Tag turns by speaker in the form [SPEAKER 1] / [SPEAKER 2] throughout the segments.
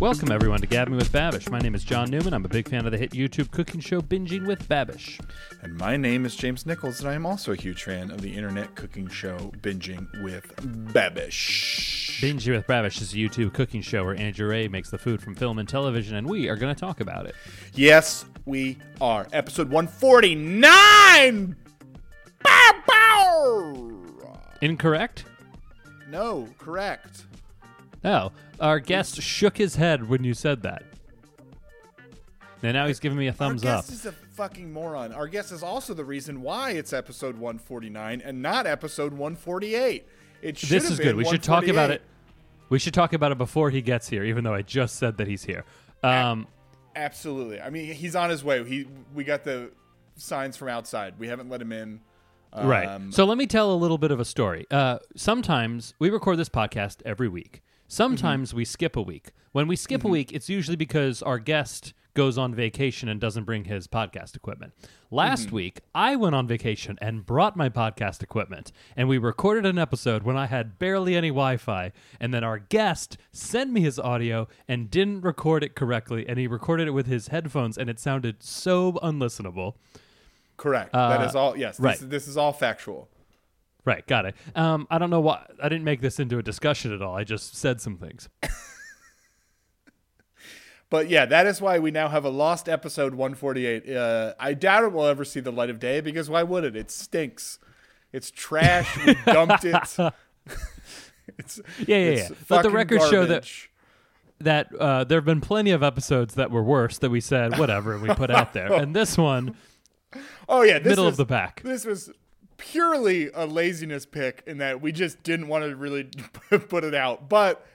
[SPEAKER 1] Welcome everyone to Gabbing with Babish. My name is John Newman. I'm a big fan of the hit YouTube cooking show Binging with Babish.
[SPEAKER 2] And my name is James Nichols, and I am also a huge fan of the internet cooking show Binging with Babish.
[SPEAKER 1] Binging with Babish is a YouTube cooking show where Andrew Ray makes the food from film and television, and we are going to talk about it.
[SPEAKER 2] yes, we are. Episode 149! Bow, bow!
[SPEAKER 1] Incorrect?
[SPEAKER 2] No, correct.
[SPEAKER 1] No. Our guest shook his head when you said that. And now he's giving me a thumbs
[SPEAKER 2] Our
[SPEAKER 1] up.
[SPEAKER 2] guest is a fucking moron. Our guest is also the reason why it's episode 149 and not episode 148. It should
[SPEAKER 1] This
[SPEAKER 2] have
[SPEAKER 1] is
[SPEAKER 2] been
[SPEAKER 1] good. We should talk about
[SPEAKER 2] 148.
[SPEAKER 1] it. We should talk about it before he gets here, even though I just said that he's here.
[SPEAKER 2] Ah.
[SPEAKER 1] Um,
[SPEAKER 2] Absolutely. I mean, he's on his way. He we got the signs from outside. We haven't let him in. Um,
[SPEAKER 1] Right. So let me tell a little bit of a story. Uh, sometimes we record this podcast every week. Sometimes we skip a week. When we skip a week, it's usually because our guest goes on vacation and doesn't bring his podcast equipment. Last week, I went on vacation and brought my podcast equipment, and we recorded an episode when I had barely any Wi Fi. And then our guest sent me his audio and didn't record it correctly, and he recorded it with his headphones, and it sounded so unlistenable.
[SPEAKER 2] correct. that is all. Yes.
[SPEAKER 1] Uh, right.
[SPEAKER 2] This, this is all factual.
[SPEAKER 1] Right, got it. Um, I don't know why I didn't make this into a discussion at all. I just said some things.
[SPEAKER 2] But yeah, that is why we now have a lost episode 148. Uh, I doubt it will ever see the light of day because why would it? It stinks. It's trash. we dumped it. it's
[SPEAKER 1] Yeah, yeah, yeah.
[SPEAKER 2] it's
[SPEAKER 1] Let the
[SPEAKER 2] fucking
[SPEAKER 1] record show that
[SPEAKER 2] garbage.
[SPEAKER 1] that uh, there have been plenty of episodes that were worse that we said whatever and we put out there, and this one
[SPEAKER 2] Oh yeah, this
[SPEAKER 1] middle
[SPEAKER 2] was,
[SPEAKER 1] of the pack.
[SPEAKER 2] This was purely a laziness pick in that we just didn't want to really put it out. But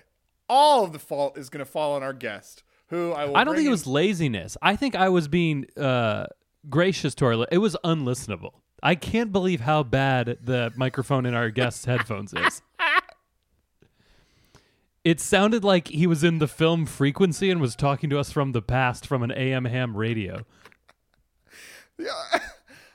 [SPEAKER 2] all of the fault is going to fall on our guest, who I will.
[SPEAKER 1] I don't think
[SPEAKER 2] bring
[SPEAKER 1] it
[SPEAKER 2] in-
[SPEAKER 1] was laziness. I think I was being uh, gracious to our. Li- it was unlistenable. I can't believe how bad the microphone in our guest's headphones is. It sounded like he was in the film Frequency and was talking to us from the past from an AM ham radio.
[SPEAKER 2] Yeah.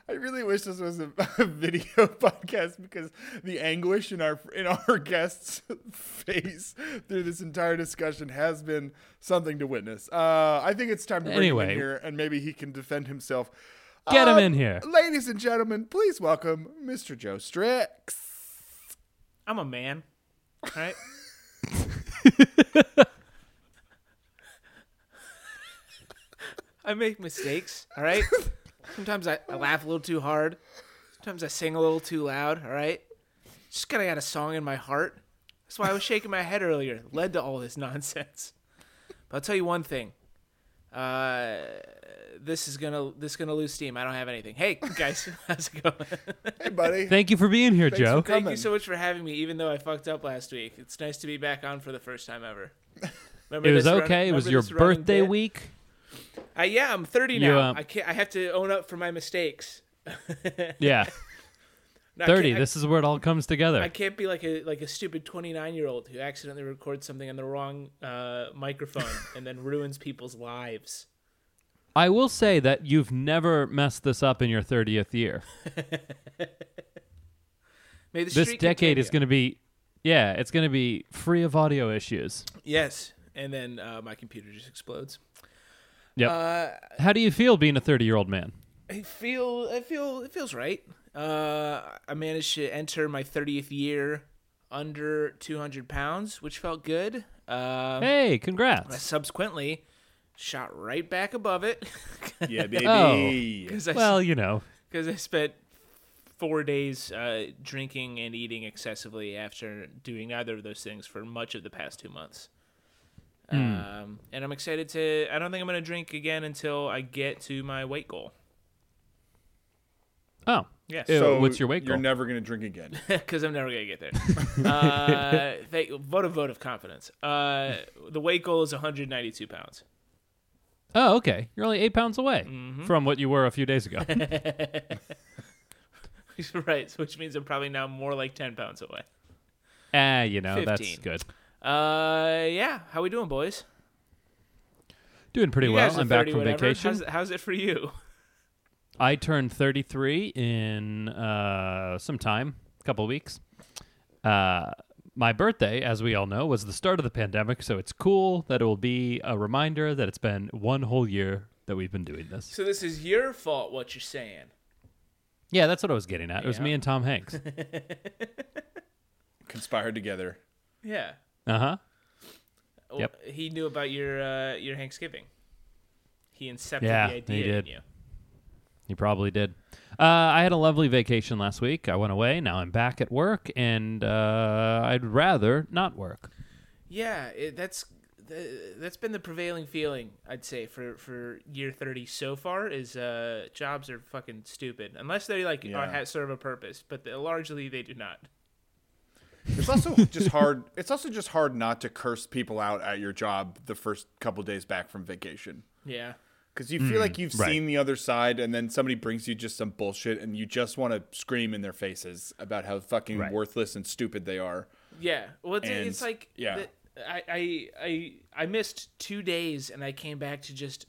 [SPEAKER 2] I really wish this was a, a video podcast because the anguish in our in our guest's face through this entire discussion has been something to witness. Uh, I think it's time to bring him
[SPEAKER 1] Anyway.
[SPEAKER 2] in here and maybe he can defend himself. Uh,
[SPEAKER 1] Get him in here.
[SPEAKER 2] ladies and gentlemen. Please welcome Mr. Joe Strix.
[SPEAKER 3] I'm a man. All right. I make mistakes, all right? Sometimes I, I laugh a little too hard. Sometimes I sing a little too loud, all right? Just kind of got a song in my heart. That's why I was shaking my head earlier. Led to all this nonsense. But I'll tell you one thing. Uh, this is gonna this is gonna lose steam. I don't have anything. Hey guys, how's it going?
[SPEAKER 2] Hey, buddy.
[SPEAKER 1] Thank you for being here, Joe.
[SPEAKER 2] for
[SPEAKER 3] Thank
[SPEAKER 2] coming.
[SPEAKER 3] you so much for having me, even though I fucked up last week. It's nice to be back on for the first time ever. Remember
[SPEAKER 1] it was
[SPEAKER 3] this run-
[SPEAKER 1] okay. it was
[SPEAKER 3] remember
[SPEAKER 1] your
[SPEAKER 3] this running
[SPEAKER 1] birthday
[SPEAKER 3] bit?
[SPEAKER 1] week.
[SPEAKER 3] Uh, yeah, I'm 30
[SPEAKER 1] You,
[SPEAKER 3] now.
[SPEAKER 1] um,
[SPEAKER 3] I can't. I have to own up for my mistakes.
[SPEAKER 1] Yeah,
[SPEAKER 3] No, I
[SPEAKER 1] thirty.
[SPEAKER 3] can't- I-
[SPEAKER 1] This is where it all comes together.
[SPEAKER 3] I can't be like a like a stupid 29 year old who accidentally records something on the wrong uh, microphone and then ruins people's lives.
[SPEAKER 1] I will say that you've never messed this up in your thirtieth year.
[SPEAKER 3] May the
[SPEAKER 1] this
[SPEAKER 3] streak
[SPEAKER 1] decade is
[SPEAKER 3] continue.
[SPEAKER 1] going to be yeah it's going to be free of audio issues
[SPEAKER 3] Yes, and then uh, my computer just explodes. Uh,
[SPEAKER 1] yep how do you feel being a 30 year old man
[SPEAKER 3] I feel I feel it feels right. Uh, I managed to enter my 30th year under 200 pounds, which felt good. Um,
[SPEAKER 1] hey
[SPEAKER 3] I
[SPEAKER 1] congrats
[SPEAKER 3] subsequently shot right back above it
[SPEAKER 2] Yeah, baby.
[SPEAKER 3] because I,
[SPEAKER 1] well you know
[SPEAKER 3] because I spent four days uh, drinking and eating excessively after doing neither of those things for much of the past two months.
[SPEAKER 1] Hmm.
[SPEAKER 3] Um, and I'm excited to. I don't think I'm going to drink again until I get to my weight goal.
[SPEAKER 1] oh
[SPEAKER 3] Yes.
[SPEAKER 1] Ew,
[SPEAKER 2] So
[SPEAKER 1] what's your weight
[SPEAKER 2] You're
[SPEAKER 1] goal
[SPEAKER 2] never gonna drink again.
[SPEAKER 3] because I'm never gonna get there. uh, thank, vote of vote of confidence. Uh, the weight goal is 192 pounds.
[SPEAKER 1] oh okay you're only eight pounds away
[SPEAKER 3] Mm-hmm.
[SPEAKER 1] from what you were a few days ago
[SPEAKER 3] right, which means I'm probably now more like 10 pounds away.
[SPEAKER 1] ah you know that's
[SPEAKER 3] 15.
[SPEAKER 1] good
[SPEAKER 3] Uh, yeah. How we doing, boys?
[SPEAKER 1] doing pretty
[SPEAKER 3] You guys
[SPEAKER 1] well
[SPEAKER 3] are
[SPEAKER 1] i'm back
[SPEAKER 3] 30
[SPEAKER 1] from
[SPEAKER 3] whatever.
[SPEAKER 1] vacation
[SPEAKER 3] How's, how's it for you?
[SPEAKER 1] i turned 33 in uh some time a couple weeks uh my birthday, as we all know, was the start of the pandemic, so it's cool that it will be a reminder that it's been one whole year that we've been doing this.
[SPEAKER 3] So this is your fault, what you're saying.
[SPEAKER 1] Yeah, that's what I was getting at. It was me and Tom Hanks.
[SPEAKER 2] Conspired together.
[SPEAKER 3] Yeah.
[SPEAKER 1] Uh huh.
[SPEAKER 3] Well,
[SPEAKER 1] Yep.
[SPEAKER 3] He knew about your uh, your Thanksgiving. He incepted
[SPEAKER 1] Yeah,
[SPEAKER 3] the
[SPEAKER 1] he
[SPEAKER 3] idea
[SPEAKER 1] did.
[SPEAKER 3] in you.
[SPEAKER 1] You probably did. Uh, I had a lovely vacation last week. I went away. Now I'm back at work, and uh, I'd rather not work.
[SPEAKER 3] Yeah, it, that's th- that's been the prevailing feeling I'd say for for year 30 so far is uh jobs are fucking stupid unless they like
[SPEAKER 2] Yeah.
[SPEAKER 3] are, have, serve a purpose, but they, largely they do not.
[SPEAKER 2] It's also just hard. It's also just hard not to curse people out at your job the first couple days back from vacation.
[SPEAKER 3] Yeah.
[SPEAKER 2] Because you feel like you've
[SPEAKER 1] Mm, right.
[SPEAKER 2] seen the other side, and then somebody brings you just some bullshit, and you just want to scream in their faces about how fucking
[SPEAKER 1] Right.
[SPEAKER 2] worthless and stupid they are.
[SPEAKER 3] Yeah. Well, it's,
[SPEAKER 2] And,
[SPEAKER 3] it's like
[SPEAKER 2] yeah.
[SPEAKER 3] the- I, I I I missed two days and I came back to just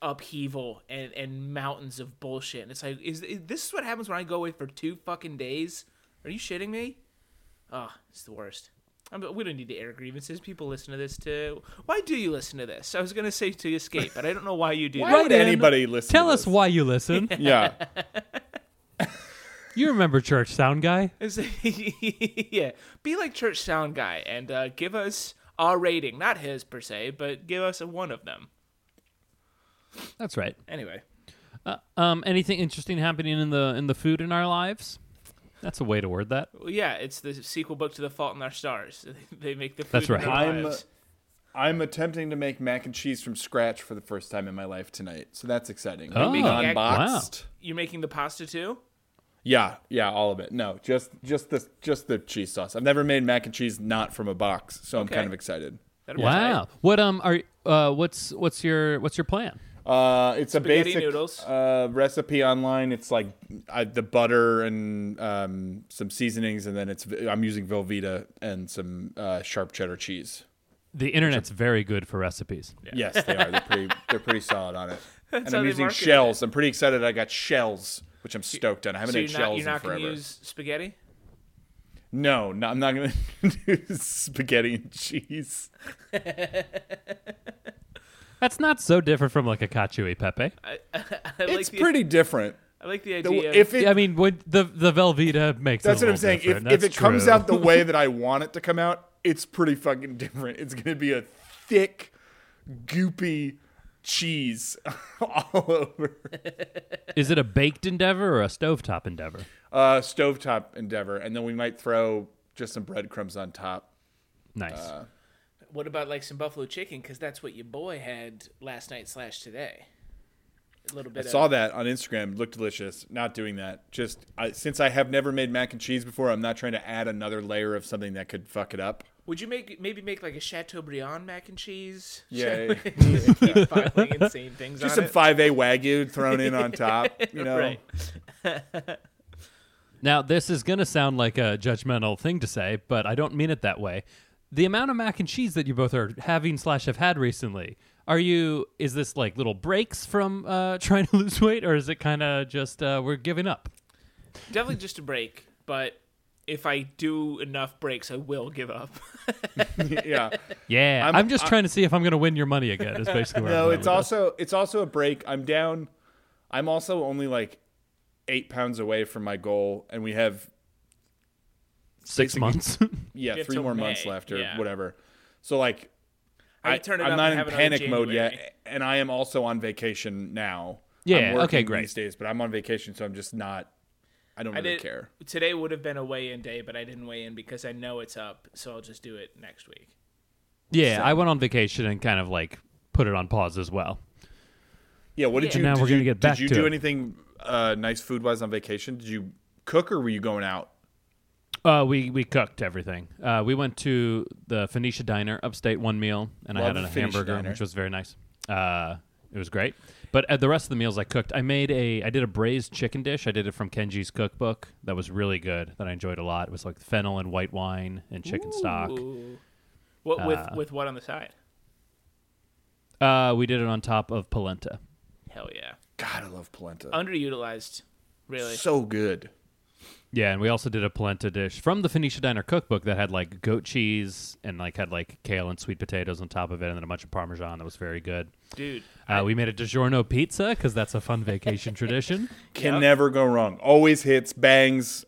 [SPEAKER 3] upheaval and and mountains of bullshit. And it's like, is, is this is what happens when I go away for two fucking days? Are you shitting me? Oh, it's the worst. I'm, but we don't need to air grievances. People listen to this to. Why do you listen to this? I was gonna say to escape, but I don't know why you do.
[SPEAKER 2] Why
[SPEAKER 3] that.
[SPEAKER 2] would anybody listen?
[SPEAKER 1] Tell
[SPEAKER 2] to
[SPEAKER 1] us
[SPEAKER 2] this?
[SPEAKER 1] why you listen.
[SPEAKER 2] Yeah,
[SPEAKER 1] you remember Church Sound Guy?
[SPEAKER 3] It's like- yeah, be like church sound guy and uh, give us our rating, not his per se, but give us a one of them.
[SPEAKER 1] That's right.
[SPEAKER 3] Anyway,
[SPEAKER 1] Um, anything interesting happening in the in the food in our lives? That's a way to word that.
[SPEAKER 3] Well, yeah, it's the sequel book to The Fault in Our Stars. They make the food
[SPEAKER 1] That's
[SPEAKER 3] in their
[SPEAKER 1] right.
[SPEAKER 2] I'm.
[SPEAKER 3] lives.
[SPEAKER 2] I'm attempting to make mac and cheese from scratch for the first time in my life tonight, so that's exciting.
[SPEAKER 1] Oh, Making
[SPEAKER 3] act-
[SPEAKER 2] unboxed.
[SPEAKER 3] You're making the pasta too?
[SPEAKER 2] Yeah, yeah, all of it. No, just just the just the cheese sauce. I've never made mac and cheese not from a box, so I'm
[SPEAKER 3] Okay.
[SPEAKER 2] kind of excited.
[SPEAKER 3] That'd be
[SPEAKER 1] Wow.
[SPEAKER 3] tight.
[SPEAKER 1] What um are uh what's what's your what's your plan?
[SPEAKER 2] Uh, it's
[SPEAKER 3] Spaghetti
[SPEAKER 2] a basic
[SPEAKER 3] noodles.
[SPEAKER 2] Uh, recipe online. It's like I, the butter and um, some seasonings, and then it's I'm using Velveeta and some uh, sharp cheddar cheese.
[SPEAKER 1] The internet's very good for recipes.
[SPEAKER 2] Yes, they are. They're pretty. they're pretty solid on it. and
[SPEAKER 3] how
[SPEAKER 2] I'm
[SPEAKER 3] they
[SPEAKER 2] using
[SPEAKER 3] market it.
[SPEAKER 2] shells. I'm pretty excited. I got shells, which I'm stoked on. I haven't
[SPEAKER 3] So
[SPEAKER 2] had
[SPEAKER 3] you're not,
[SPEAKER 2] shells
[SPEAKER 3] you're not
[SPEAKER 2] in forever.
[SPEAKER 3] going to use spaghetti?
[SPEAKER 2] No, no, I'm not gonna do spaghetti and cheese.
[SPEAKER 1] That's not so different from like a cacio e pepe.
[SPEAKER 3] I
[SPEAKER 2] It's
[SPEAKER 3] like
[SPEAKER 2] pretty different.
[SPEAKER 3] The, I like the
[SPEAKER 2] The-
[SPEAKER 3] idea. of-
[SPEAKER 2] if it
[SPEAKER 1] I mean, would the the Velveeta makes
[SPEAKER 2] That's
[SPEAKER 1] it a little
[SPEAKER 2] what I'm saying. If,
[SPEAKER 1] different.
[SPEAKER 2] if it
[SPEAKER 1] That's
[SPEAKER 2] comes
[SPEAKER 1] true.
[SPEAKER 2] out the way that I want it to come out, it's pretty fucking different. It's going to be a thick, goopy cheese all over.
[SPEAKER 1] is it a baked endeavor or a stovetop endeavor?
[SPEAKER 2] Uh, stovetop endeavor. And then we might throw just some breadcrumbs on top.
[SPEAKER 1] Nice.
[SPEAKER 3] what about like some buffalo chicken? Because that's what your boy had last night slash today. A little
[SPEAKER 2] I
[SPEAKER 3] bit.
[SPEAKER 2] saw
[SPEAKER 3] of,
[SPEAKER 2] that on Instagram. Looked delicious. Not doing that. Just I, since I have never made mac and cheese before, I'm not trying to add another layer of something that could fuck it up.
[SPEAKER 3] Would you make maybe make like a Chateaubriand mac and cheese?
[SPEAKER 2] Yeah.
[SPEAKER 3] Just keep filing insane things
[SPEAKER 2] Just
[SPEAKER 3] on
[SPEAKER 2] some
[SPEAKER 3] it.
[SPEAKER 2] 5A Wagyu thrown in on top. You know?
[SPEAKER 3] Right.
[SPEAKER 1] Now, this is going to sound like a judgmental thing to say, but I don't mean it that way. The amount of mac and cheese that you both are having slash have had recently, are you, is this like little breaks from uh, trying to lose weight, or is it kind of just uh, we're giving up?
[SPEAKER 3] Definitely just a break, but if I do enough breaks, I will give up.
[SPEAKER 2] yeah.
[SPEAKER 1] Yeah. I'm,
[SPEAKER 2] I'm-
[SPEAKER 1] just trying to see if I'm going to win your money again, is basically where I'm
[SPEAKER 2] No,
[SPEAKER 1] going with this.
[SPEAKER 2] it's also it's also a break. I'm down. I'm also only like eight pounds away from my goal, and we have
[SPEAKER 1] six months.
[SPEAKER 2] yeah
[SPEAKER 3] have
[SPEAKER 2] three
[SPEAKER 3] till
[SPEAKER 2] more months
[SPEAKER 3] May,
[SPEAKER 2] left or
[SPEAKER 3] yeah.
[SPEAKER 2] whatever. So like, I,
[SPEAKER 3] I can turn it
[SPEAKER 2] I'm
[SPEAKER 3] up
[SPEAKER 2] not
[SPEAKER 3] and
[SPEAKER 2] in
[SPEAKER 3] have it on in
[SPEAKER 2] panic mode
[SPEAKER 3] January.
[SPEAKER 2] yet, and I am also on vacation now.
[SPEAKER 1] Yeah,
[SPEAKER 2] I'm working
[SPEAKER 1] okay, great.
[SPEAKER 2] These days, but I'm on vacation, so I'm just not. I don't
[SPEAKER 3] I
[SPEAKER 2] really
[SPEAKER 3] did-
[SPEAKER 2] care.
[SPEAKER 3] Today would have been a weigh in day, but I didn't weigh in because I know it's up, so I'll just do it next week.
[SPEAKER 1] yeah. I went on vacation and kind of like put it on pause as well.
[SPEAKER 2] Yeah. What did
[SPEAKER 1] And
[SPEAKER 2] you?
[SPEAKER 1] now
[SPEAKER 2] did
[SPEAKER 1] we're gonna
[SPEAKER 2] you-
[SPEAKER 1] get back
[SPEAKER 2] Did you
[SPEAKER 1] to
[SPEAKER 2] do
[SPEAKER 1] it.
[SPEAKER 2] anything uh, nice food wise on vacation? Did you cook or were you going out?
[SPEAKER 1] Uh, we we cooked everything. Uh, we went to the Phoenicia Diner upstate one meal, and I
[SPEAKER 2] Love
[SPEAKER 1] had a
[SPEAKER 2] the Phoenicia
[SPEAKER 1] hamburger,
[SPEAKER 2] Diner.
[SPEAKER 1] which was very nice. Uh, it was great. But uh, the rest of the meals I cooked, I made a I did a braised chicken dish. I did it from Kenji's cookbook. That was really good. That I enjoyed a lot. It was like fennel and white wine and chicken stock.
[SPEAKER 3] Ooh. What with with what on the side?
[SPEAKER 1] Uh, we did it on top of polenta.
[SPEAKER 3] Hell yeah.
[SPEAKER 2] God, I love polenta.
[SPEAKER 3] Underutilized, really.
[SPEAKER 2] So good.
[SPEAKER 1] Yeah, and we also did a polenta dish from the Phoenicia Diner cookbook that had like goat cheese and like had like kale and sweet potatoes on top of it, and then a bunch of parmesan that was very good.
[SPEAKER 3] dude.
[SPEAKER 1] Uh, we made a DiGiorno pizza because that's a fun vacation tradition.
[SPEAKER 2] Can never go wrong. Always hits, bangs,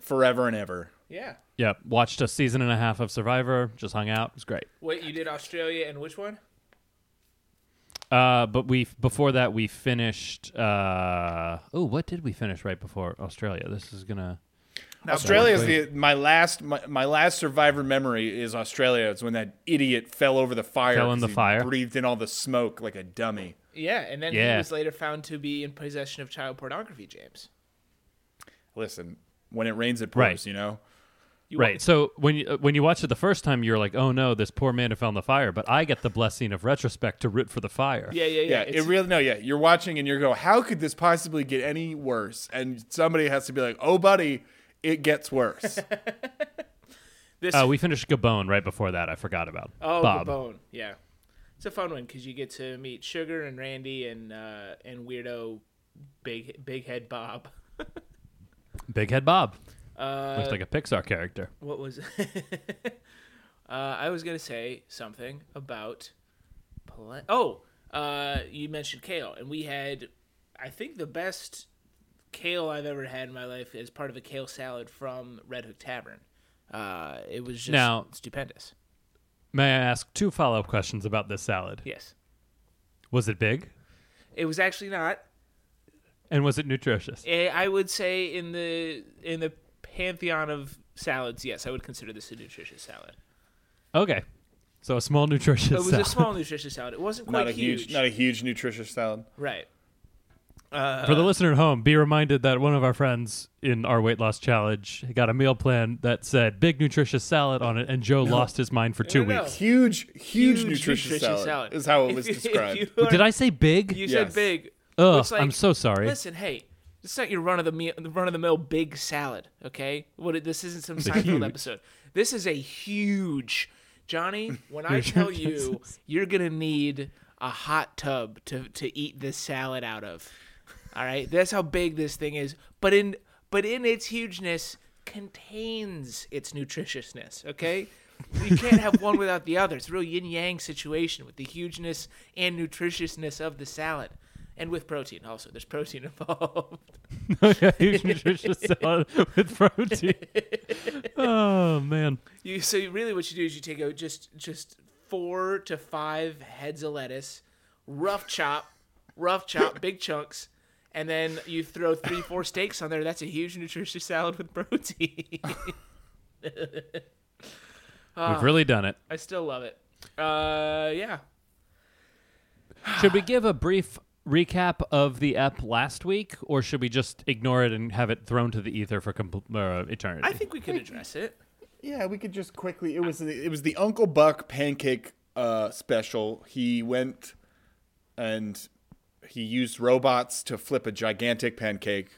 [SPEAKER 2] forever and ever.
[SPEAKER 3] Yeah.
[SPEAKER 1] Yep, watched a season and a half of Survivor, just hung out. It was great.
[SPEAKER 3] Wait, you did Australia and which one?
[SPEAKER 1] Uh, but we before that we finished. Uh, oh, what did we finish right before Australia? This is gonna.
[SPEAKER 2] Australia is the my last my, my last survivor memory is Australia. It's when that idiot fell over the fire.
[SPEAKER 1] Fell in
[SPEAKER 2] 'cause
[SPEAKER 1] the
[SPEAKER 2] he
[SPEAKER 1] fire.
[SPEAKER 2] breathed in all the smoke like a dummy.
[SPEAKER 3] Yeah, and then
[SPEAKER 1] Yeah.
[SPEAKER 3] he was later found to be in possession of child pornography, James.
[SPEAKER 2] Listen, when it rains, it pours.
[SPEAKER 1] Right.
[SPEAKER 2] You know.
[SPEAKER 3] You
[SPEAKER 1] Right. So when you uh, when you watched it the first time, you're like, "Oh no, this poor man who fell in the fire." But I get the blessing of retrospect to root for the fire.
[SPEAKER 3] Yeah, yeah, yeah.
[SPEAKER 2] Yeah,
[SPEAKER 3] it's-
[SPEAKER 2] it really no. Yeah, you're watching and you're going, how could this possibly get any worse? And somebody has to be like, oh, buddy, it gets worse.
[SPEAKER 3] this
[SPEAKER 1] Uh, we finished Gabon right before that. I forgot about.
[SPEAKER 3] Oh,
[SPEAKER 1] Bob.
[SPEAKER 3] Gabon. Yeah, it's a fun one because you get to meet Sugar and Randy and uh, and weirdo big big head Bob.
[SPEAKER 1] Big Head Bob
[SPEAKER 3] Uh,
[SPEAKER 1] looks like a Pixar character.
[SPEAKER 3] what was? uh, I was gonna say something about. Pla- oh, uh, you mentioned kale, and we had, I think, the best kale I've ever had in my life as part of a kale salad from Red Hook Tavern. Uh, it was just
[SPEAKER 1] Now-
[SPEAKER 3] stupendous.
[SPEAKER 1] May I ask two follow up questions about this salad?
[SPEAKER 3] Yes,
[SPEAKER 1] Was it big,
[SPEAKER 3] it was actually not.
[SPEAKER 1] and was it nutritious?
[SPEAKER 3] Eh, I would say in the in the pantheon of salads, yes, I would consider this a nutritious salad.
[SPEAKER 1] okay, so a small nutritious.
[SPEAKER 3] It was
[SPEAKER 1] salad.
[SPEAKER 3] a small nutritious salad. It wasn't quite
[SPEAKER 2] not a huge, not a huge nutritious salad.
[SPEAKER 3] right.
[SPEAKER 1] For the listener at home, be reminded that one of our friends in our weight loss challenge got a meal plan that said big nutritious salad on it, and Joe lost his mind for two
[SPEAKER 3] no, no.
[SPEAKER 1] weeks.
[SPEAKER 2] Huge, huge, nutritious, salad, is how it
[SPEAKER 3] If
[SPEAKER 2] was
[SPEAKER 3] you- if
[SPEAKER 2] described.
[SPEAKER 3] You,
[SPEAKER 1] Did I say big?
[SPEAKER 3] You
[SPEAKER 2] Yes.
[SPEAKER 3] said big.
[SPEAKER 1] Ugh,
[SPEAKER 3] It's like,
[SPEAKER 1] I'm so sorry.
[SPEAKER 3] Listen, hey, it's not your run of the meal, run of the mill big salad. Okay, what? it- This isn't some
[SPEAKER 1] a
[SPEAKER 3] Seinfeld
[SPEAKER 1] huge-
[SPEAKER 3] episode. This is a huge, Johnny. When I tell you, you're gonna need a hot tub to to eat this salad out of. All right, that's how big this thing is. But in but in its hugeness contains its nutritiousness. Okay. You can't have one without the other. It's a real yin yang situation with the hugeness and nutritiousness of the salad, and with protein also. There's protein involved.
[SPEAKER 1] huge nutritious salad with protein. oh man,
[SPEAKER 3] You so you- really what you do is you take out just just four to five heads of lettuce, rough chop, rough chop, big chunks, and then you throw three four steaks on there. That's a huge nutritious salad with protein. Ah.
[SPEAKER 1] we've really done it.
[SPEAKER 3] I still love it. Uh, yeah.
[SPEAKER 1] Should we give a brief recap of the ep last week, or should we just ignore it and have it thrown to the ether for compl- uh, eternity?
[SPEAKER 3] I think we could address it.
[SPEAKER 2] Yeah, we could just quickly. It was the, it was the Uncle Buck pancake uh, special. He went and he used robots to flip a gigantic pancake.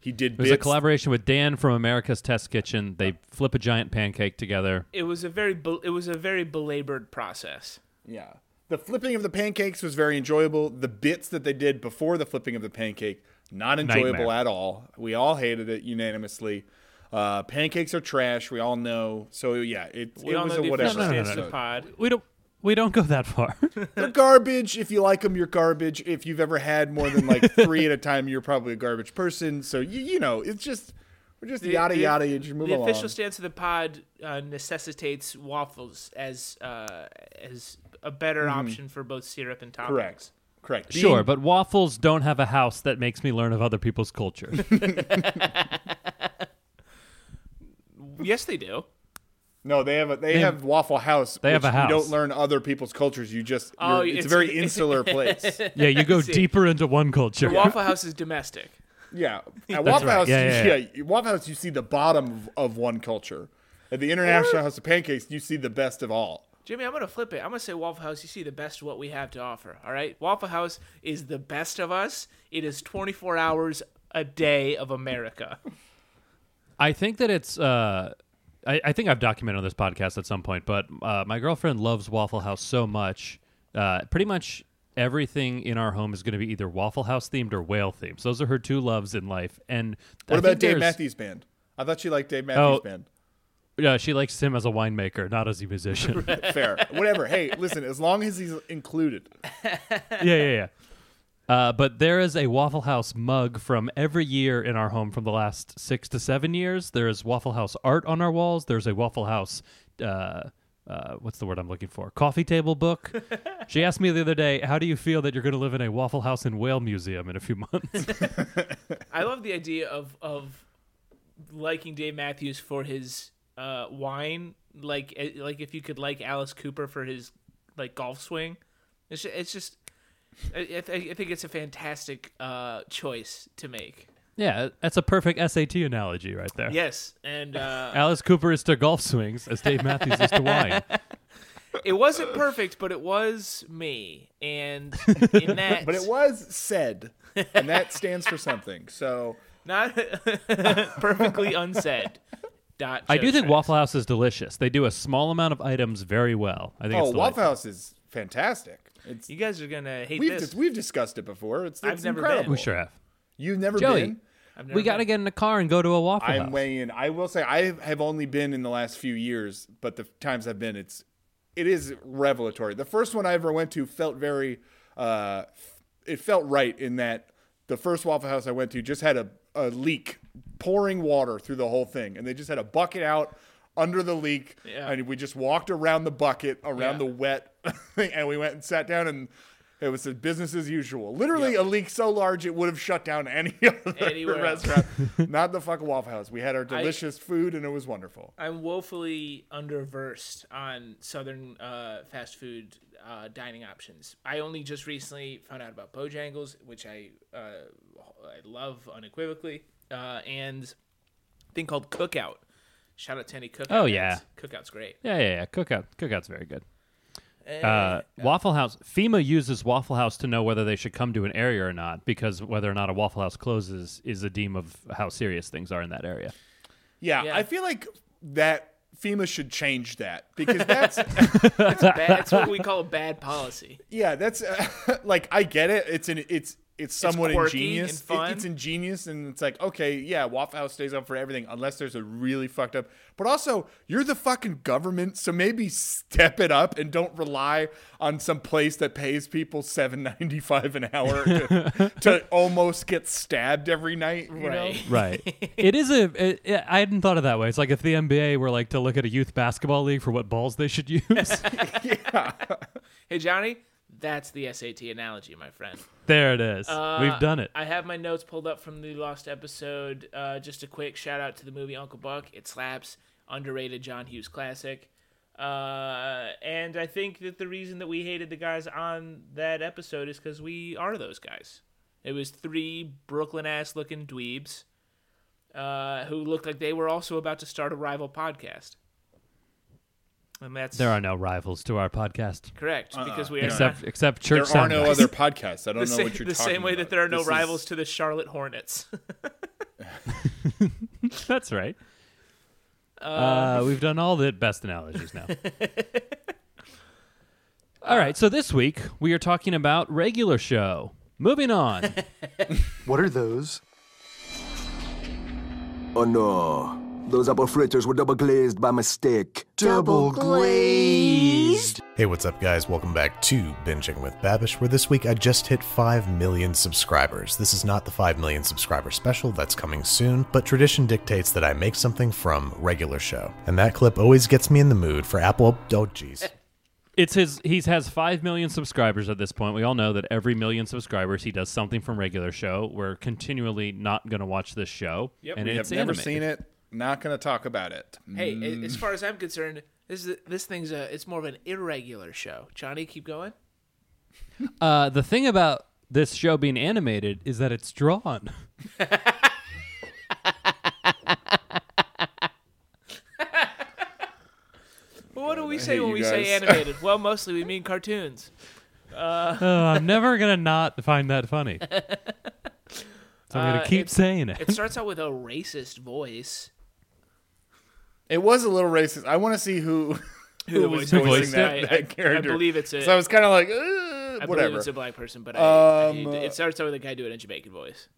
[SPEAKER 2] He did.
[SPEAKER 1] it was a
[SPEAKER 2] bits-
[SPEAKER 1] collaboration with Dan from America's Test Kitchen. They flip a giant pancake together.
[SPEAKER 3] It was a very bel- it was a very belabored process.
[SPEAKER 2] Yeah. The flipping of the pancakes was very enjoyable. The bits that they did before the flipping of the pancake, not enjoyable
[SPEAKER 1] Nightmare.
[SPEAKER 2] at all. We all hated it unanimously. Uh, pancakes are trash. We all know. So yeah, it,
[SPEAKER 3] We
[SPEAKER 2] it
[SPEAKER 3] all
[SPEAKER 2] was
[SPEAKER 3] know
[SPEAKER 2] a
[SPEAKER 3] the
[SPEAKER 2] whatever.
[SPEAKER 1] No, no, no,
[SPEAKER 3] circumstance
[SPEAKER 1] no,
[SPEAKER 3] of
[SPEAKER 1] no.
[SPEAKER 3] the pod.
[SPEAKER 1] We don't. We don't go that far.
[SPEAKER 2] They're garbage. If you like them, you're garbage. If you've ever had more than like three at a time, you're probably a garbage person. So you, you know, it's just we're just yada
[SPEAKER 3] the-
[SPEAKER 2] yada. You just move
[SPEAKER 3] the
[SPEAKER 2] along.
[SPEAKER 3] official stance of the pod uh, necessitates waffles as uh, as a better option for both syrup and toppings.
[SPEAKER 2] Mm-hmm. Correct. Correct. Being-
[SPEAKER 1] sure, but waffles don't have a house that makes me learn of other people's culture.
[SPEAKER 3] Yes, they do.
[SPEAKER 2] no, they have a, they, have Waffle House. They
[SPEAKER 1] have a house.
[SPEAKER 2] You don't learn other people's cultures. You just
[SPEAKER 3] Oh,
[SPEAKER 2] you're- it's,
[SPEAKER 3] it's-
[SPEAKER 2] a very insular place.
[SPEAKER 1] yeah, you go
[SPEAKER 3] see.
[SPEAKER 1] deeper into one culture.
[SPEAKER 3] Waffle House is domestic.
[SPEAKER 2] Yeah, at Waffle
[SPEAKER 1] right.
[SPEAKER 2] House,
[SPEAKER 1] Yeah,
[SPEAKER 2] you,
[SPEAKER 1] yeah,
[SPEAKER 2] yeah, Waffle House, you see the bottom of, of one culture. At the International House of Pancakes, you see the best of all.
[SPEAKER 3] Jimmy, I'm gonna flip it. I'm gonna say Waffle House. You see the best of what we have to offer. All right, Waffle House is the best of us. It is 24 hours a day of America.
[SPEAKER 1] I think that it's. Uh, I, I think I've documented on this podcast at some point, but uh, my girlfriend loves Waffle House so much. Uh, pretty much everything in our home is going to be either Waffle House themed or whale themed. So those are her two loves in life. And
[SPEAKER 2] What
[SPEAKER 1] I
[SPEAKER 2] about
[SPEAKER 1] think
[SPEAKER 2] Dave
[SPEAKER 1] there's-
[SPEAKER 2] Matthews Band? I thought you liked Dave Matthews
[SPEAKER 1] Oh.
[SPEAKER 2] Band.
[SPEAKER 1] Yeah, she likes him as a winemaker, not as a musician. yeah,
[SPEAKER 2] Fair, whatever. Hey, listen, as long as he's included,
[SPEAKER 1] yeah, yeah. Uh, but there is a Waffle House mug from every year in our home from the last six to seven years. There is Waffle House art on our walls. There's a Waffle House, uh, uh, what's the word I'm looking for? Coffee table book. she asked me the other day, "How do you feel that you're going to live in a Waffle House and Whale Museum in a few months?"
[SPEAKER 3] I love the idea of of liking Dave Matthews for his uh, wine, like eh, like if you could like Alice Cooper for his like golf swing. It's just, it's just I, I th- I think it's a fantastic uh, choice to make.
[SPEAKER 1] yeah, that's a perfect SAT analogy right there.
[SPEAKER 3] Yes, and uh,
[SPEAKER 1] Alice Cooper is to golf swings as Dave Matthews is to wine.
[SPEAKER 3] it wasn't perfect, but it was me, and in that,
[SPEAKER 2] but it was said, and that stands for something. So
[SPEAKER 3] not perfectly unsaid. Dot
[SPEAKER 1] I do
[SPEAKER 3] show
[SPEAKER 1] think
[SPEAKER 3] tracks.
[SPEAKER 1] Waffle House is delicious. They do a small amount of items very well. I think
[SPEAKER 2] oh,
[SPEAKER 1] it's delightful.
[SPEAKER 2] Waffle House is fantastic. It's
[SPEAKER 3] You guys are gonna hate
[SPEAKER 2] we've
[SPEAKER 3] this.
[SPEAKER 2] dis- we've discussed it before. It's,
[SPEAKER 3] I've
[SPEAKER 2] it's
[SPEAKER 3] never been.
[SPEAKER 2] incredible.
[SPEAKER 1] We sure have.
[SPEAKER 2] You've never
[SPEAKER 1] Joey,
[SPEAKER 2] been.
[SPEAKER 3] I've never
[SPEAKER 1] We got to
[SPEAKER 3] been-
[SPEAKER 1] get in a car and go to a Waffle
[SPEAKER 2] I'm
[SPEAKER 1] House.
[SPEAKER 2] weighing in. I will say I have only been in the last few years, but the times I've been, it's it is revelatory. The first one I ever went to felt very, uh, it felt right in that the first Waffle House I went to just had a, a leak pouring water through the whole thing, and they just had a bucket out under the leak,
[SPEAKER 3] Yeah.
[SPEAKER 2] and we just walked around the bucket around
[SPEAKER 3] Yeah.
[SPEAKER 2] the wet, thing, and we went and sat down and. It was business as usual. Literally a leak so large it would have shut down any other
[SPEAKER 3] Anywhere else.
[SPEAKER 2] restaurant. Not the fucking Waffle House. We had our delicious food and it was wonderful.
[SPEAKER 3] I'm woefully underversed on southern uh, fast food uh, dining options. I only just recently found out about Bojangles, which I uh, I love unequivocally, uh, and a thing called Cookout. Shout out to any Cookout.
[SPEAKER 1] Oh,
[SPEAKER 3] guys.
[SPEAKER 1] yeah.
[SPEAKER 3] Cookout's great.
[SPEAKER 1] Yeah, yeah, yeah. Cookout. Cookout's very good.
[SPEAKER 3] Eh,
[SPEAKER 1] Uh, Waffle House. FEMA uses Waffle House to know whether they should come to an area or not because whether or not a Waffle House closes is a deem of how serious things are in that area.
[SPEAKER 2] Yeah,
[SPEAKER 3] Yeah.
[SPEAKER 2] I feel like that FEMA should change that because that's
[SPEAKER 3] bad- that's what we call a bad policy.
[SPEAKER 2] yeah, that's uh, like I get it. It's an it's it's somewhat
[SPEAKER 3] quirky
[SPEAKER 2] ingenious.
[SPEAKER 3] and
[SPEAKER 2] It-
[SPEAKER 3] fun.
[SPEAKER 2] it's ingenious and it's like okay, yeah, Waffle House stays on for everything unless there's a really fucked up. But also, you're the fucking government, so maybe step it up and don't rely on some place that pays people seven ninety five an hour to, to almost get stabbed every night. You Know?
[SPEAKER 3] Right.
[SPEAKER 1] Right. it is a. It, it, I hadn't thought of that way. It's like if the NBA were like to look at a youth basketball league for what balls they should use.
[SPEAKER 3] Hey, Johnny, that's the SAT analogy, my friend.
[SPEAKER 1] there it is.
[SPEAKER 3] Uh,
[SPEAKER 1] We've done it.
[SPEAKER 3] I have my notes pulled up from the lost episode. Uh, just a quick shout out to the movie Uncle Buck. It slaps. Underrated John Hughes classic. Uh, and I think that the reason that we hated the guys on that episode is because we are those guys. It was three Brooklyn ass looking dweebs uh, who looked like they were also about to start a rival podcast. And that's
[SPEAKER 1] There are no rivals to our podcast
[SPEAKER 3] correct because we are not-
[SPEAKER 1] except except church.
[SPEAKER 2] there are
[SPEAKER 1] sound
[SPEAKER 2] no
[SPEAKER 1] guys.
[SPEAKER 2] other podcasts. I Uh-uh. don't know
[SPEAKER 3] the same,
[SPEAKER 2] what you're
[SPEAKER 3] the
[SPEAKER 2] talking
[SPEAKER 3] same way
[SPEAKER 2] about.
[SPEAKER 3] that there are no
[SPEAKER 2] This is-
[SPEAKER 3] rivals to the Charlotte Hornets.
[SPEAKER 1] That's right. Uh, we've done all the best analogies now. all right, so this week we are talking about regular show. Moving on.
[SPEAKER 4] What are those?
[SPEAKER 5] Oh no. Those apple fritters were double glazed by mistake.
[SPEAKER 4] Double glazed.
[SPEAKER 6] Hey, what's up, guys? Welcome back to Binging with Babish, where this week I just hit 5 million subscribers. This is not the 5 million subscriber special that's coming soon, but tradition dictates that I make something from regular show. And that clip always gets me in the mood for Apple. Oh, jeez.
[SPEAKER 1] It's his he's has 5 million subscribers at this point. We all know that every million subscribers he does something from regular show. We're continually not going to watch this show. Yep, and
[SPEAKER 2] We
[SPEAKER 1] it's
[SPEAKER 2] have never
[SPEAKER 1] animated.
[SPEAKER 2] seen it. Not going to talk about it.
[SPEAKER 3] Hey, a- as far as I'm concerned, this is this thing's a it's more of an irregular show. Johnny, keep going.
[SPEAKER 1] Uh, the thing about this show being animated is that it's drawn.
[SPEAKER 3] Well, what do we say
[SPEAKER 2] hate
[SPEAKER 3] when
[SPEAKER 2] you
[SPEAKER 3] we
[SPEAKER 2] guys.
[SPEAKER 3] say animated? well, mostly we mean cartoons.
[SPEAKER 1] Oh, I'm never going to not find that funny. So I'm going
[SPEAKER 3] Uh,
[SPEAKER 1] to keep
[SPEAKER 3] it's-
[SPEAKER 1] saying it.
[SPEAKER 3] It starts out with a racist voice.
[SPEAKER 2] It was a little racist. I want to see who who, was
[SPEAKER 1] voiced it.
[SPEAKER 2] voicing
[SPEAKER 1] Who voiced
[SPEAKER 2] that,
[SPEAKER 3] it?
[SPEAKER 2] that
[SPEAKER 3] I- I- I
[SPEAKER 2] character.
[SPEAKER 3] believe it's a-
[SPEAKER 2] So I was kind of like, uh,
[SPEAKER 3] I believe
[SPEAKER 2] whatever.
[SPEAKER 3] it's a black person, but I, I
[SPEAKER 2] Um,
[SPEAKER 3] hate it. it starts out with a guy doing a Jamaican voice.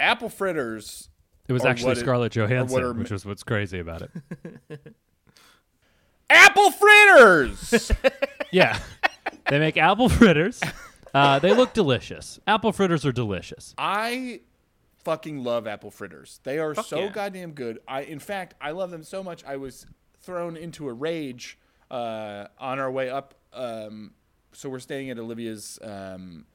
[SPEAKER 2] Apple fritters
[SPEAKER 1] It was
[SPEAKER 2] Or
[SPEAKER 1] actually
[SPEAKER 2] what it-
[SPEAKER 1] Scarlett Johansson,
[SPEAKER 2] are-
[SPEAKER 1] which is what's crazy about it.
[SPEAKER 2] Apple fritters.
[SPEAKER 1] Yeah. they make apple fritters. Uh, they look delicious. Apple fritters are delicious.
[SPEAKER 2] I fucking love apple fritters. They are so
[SPEAKER 3] yeah.
[SPEAKER 2] goddamn good. I, in fact, I love them so much. I was thrown into a rage uh, on our way up. Um, so we're staying at Olivia's um,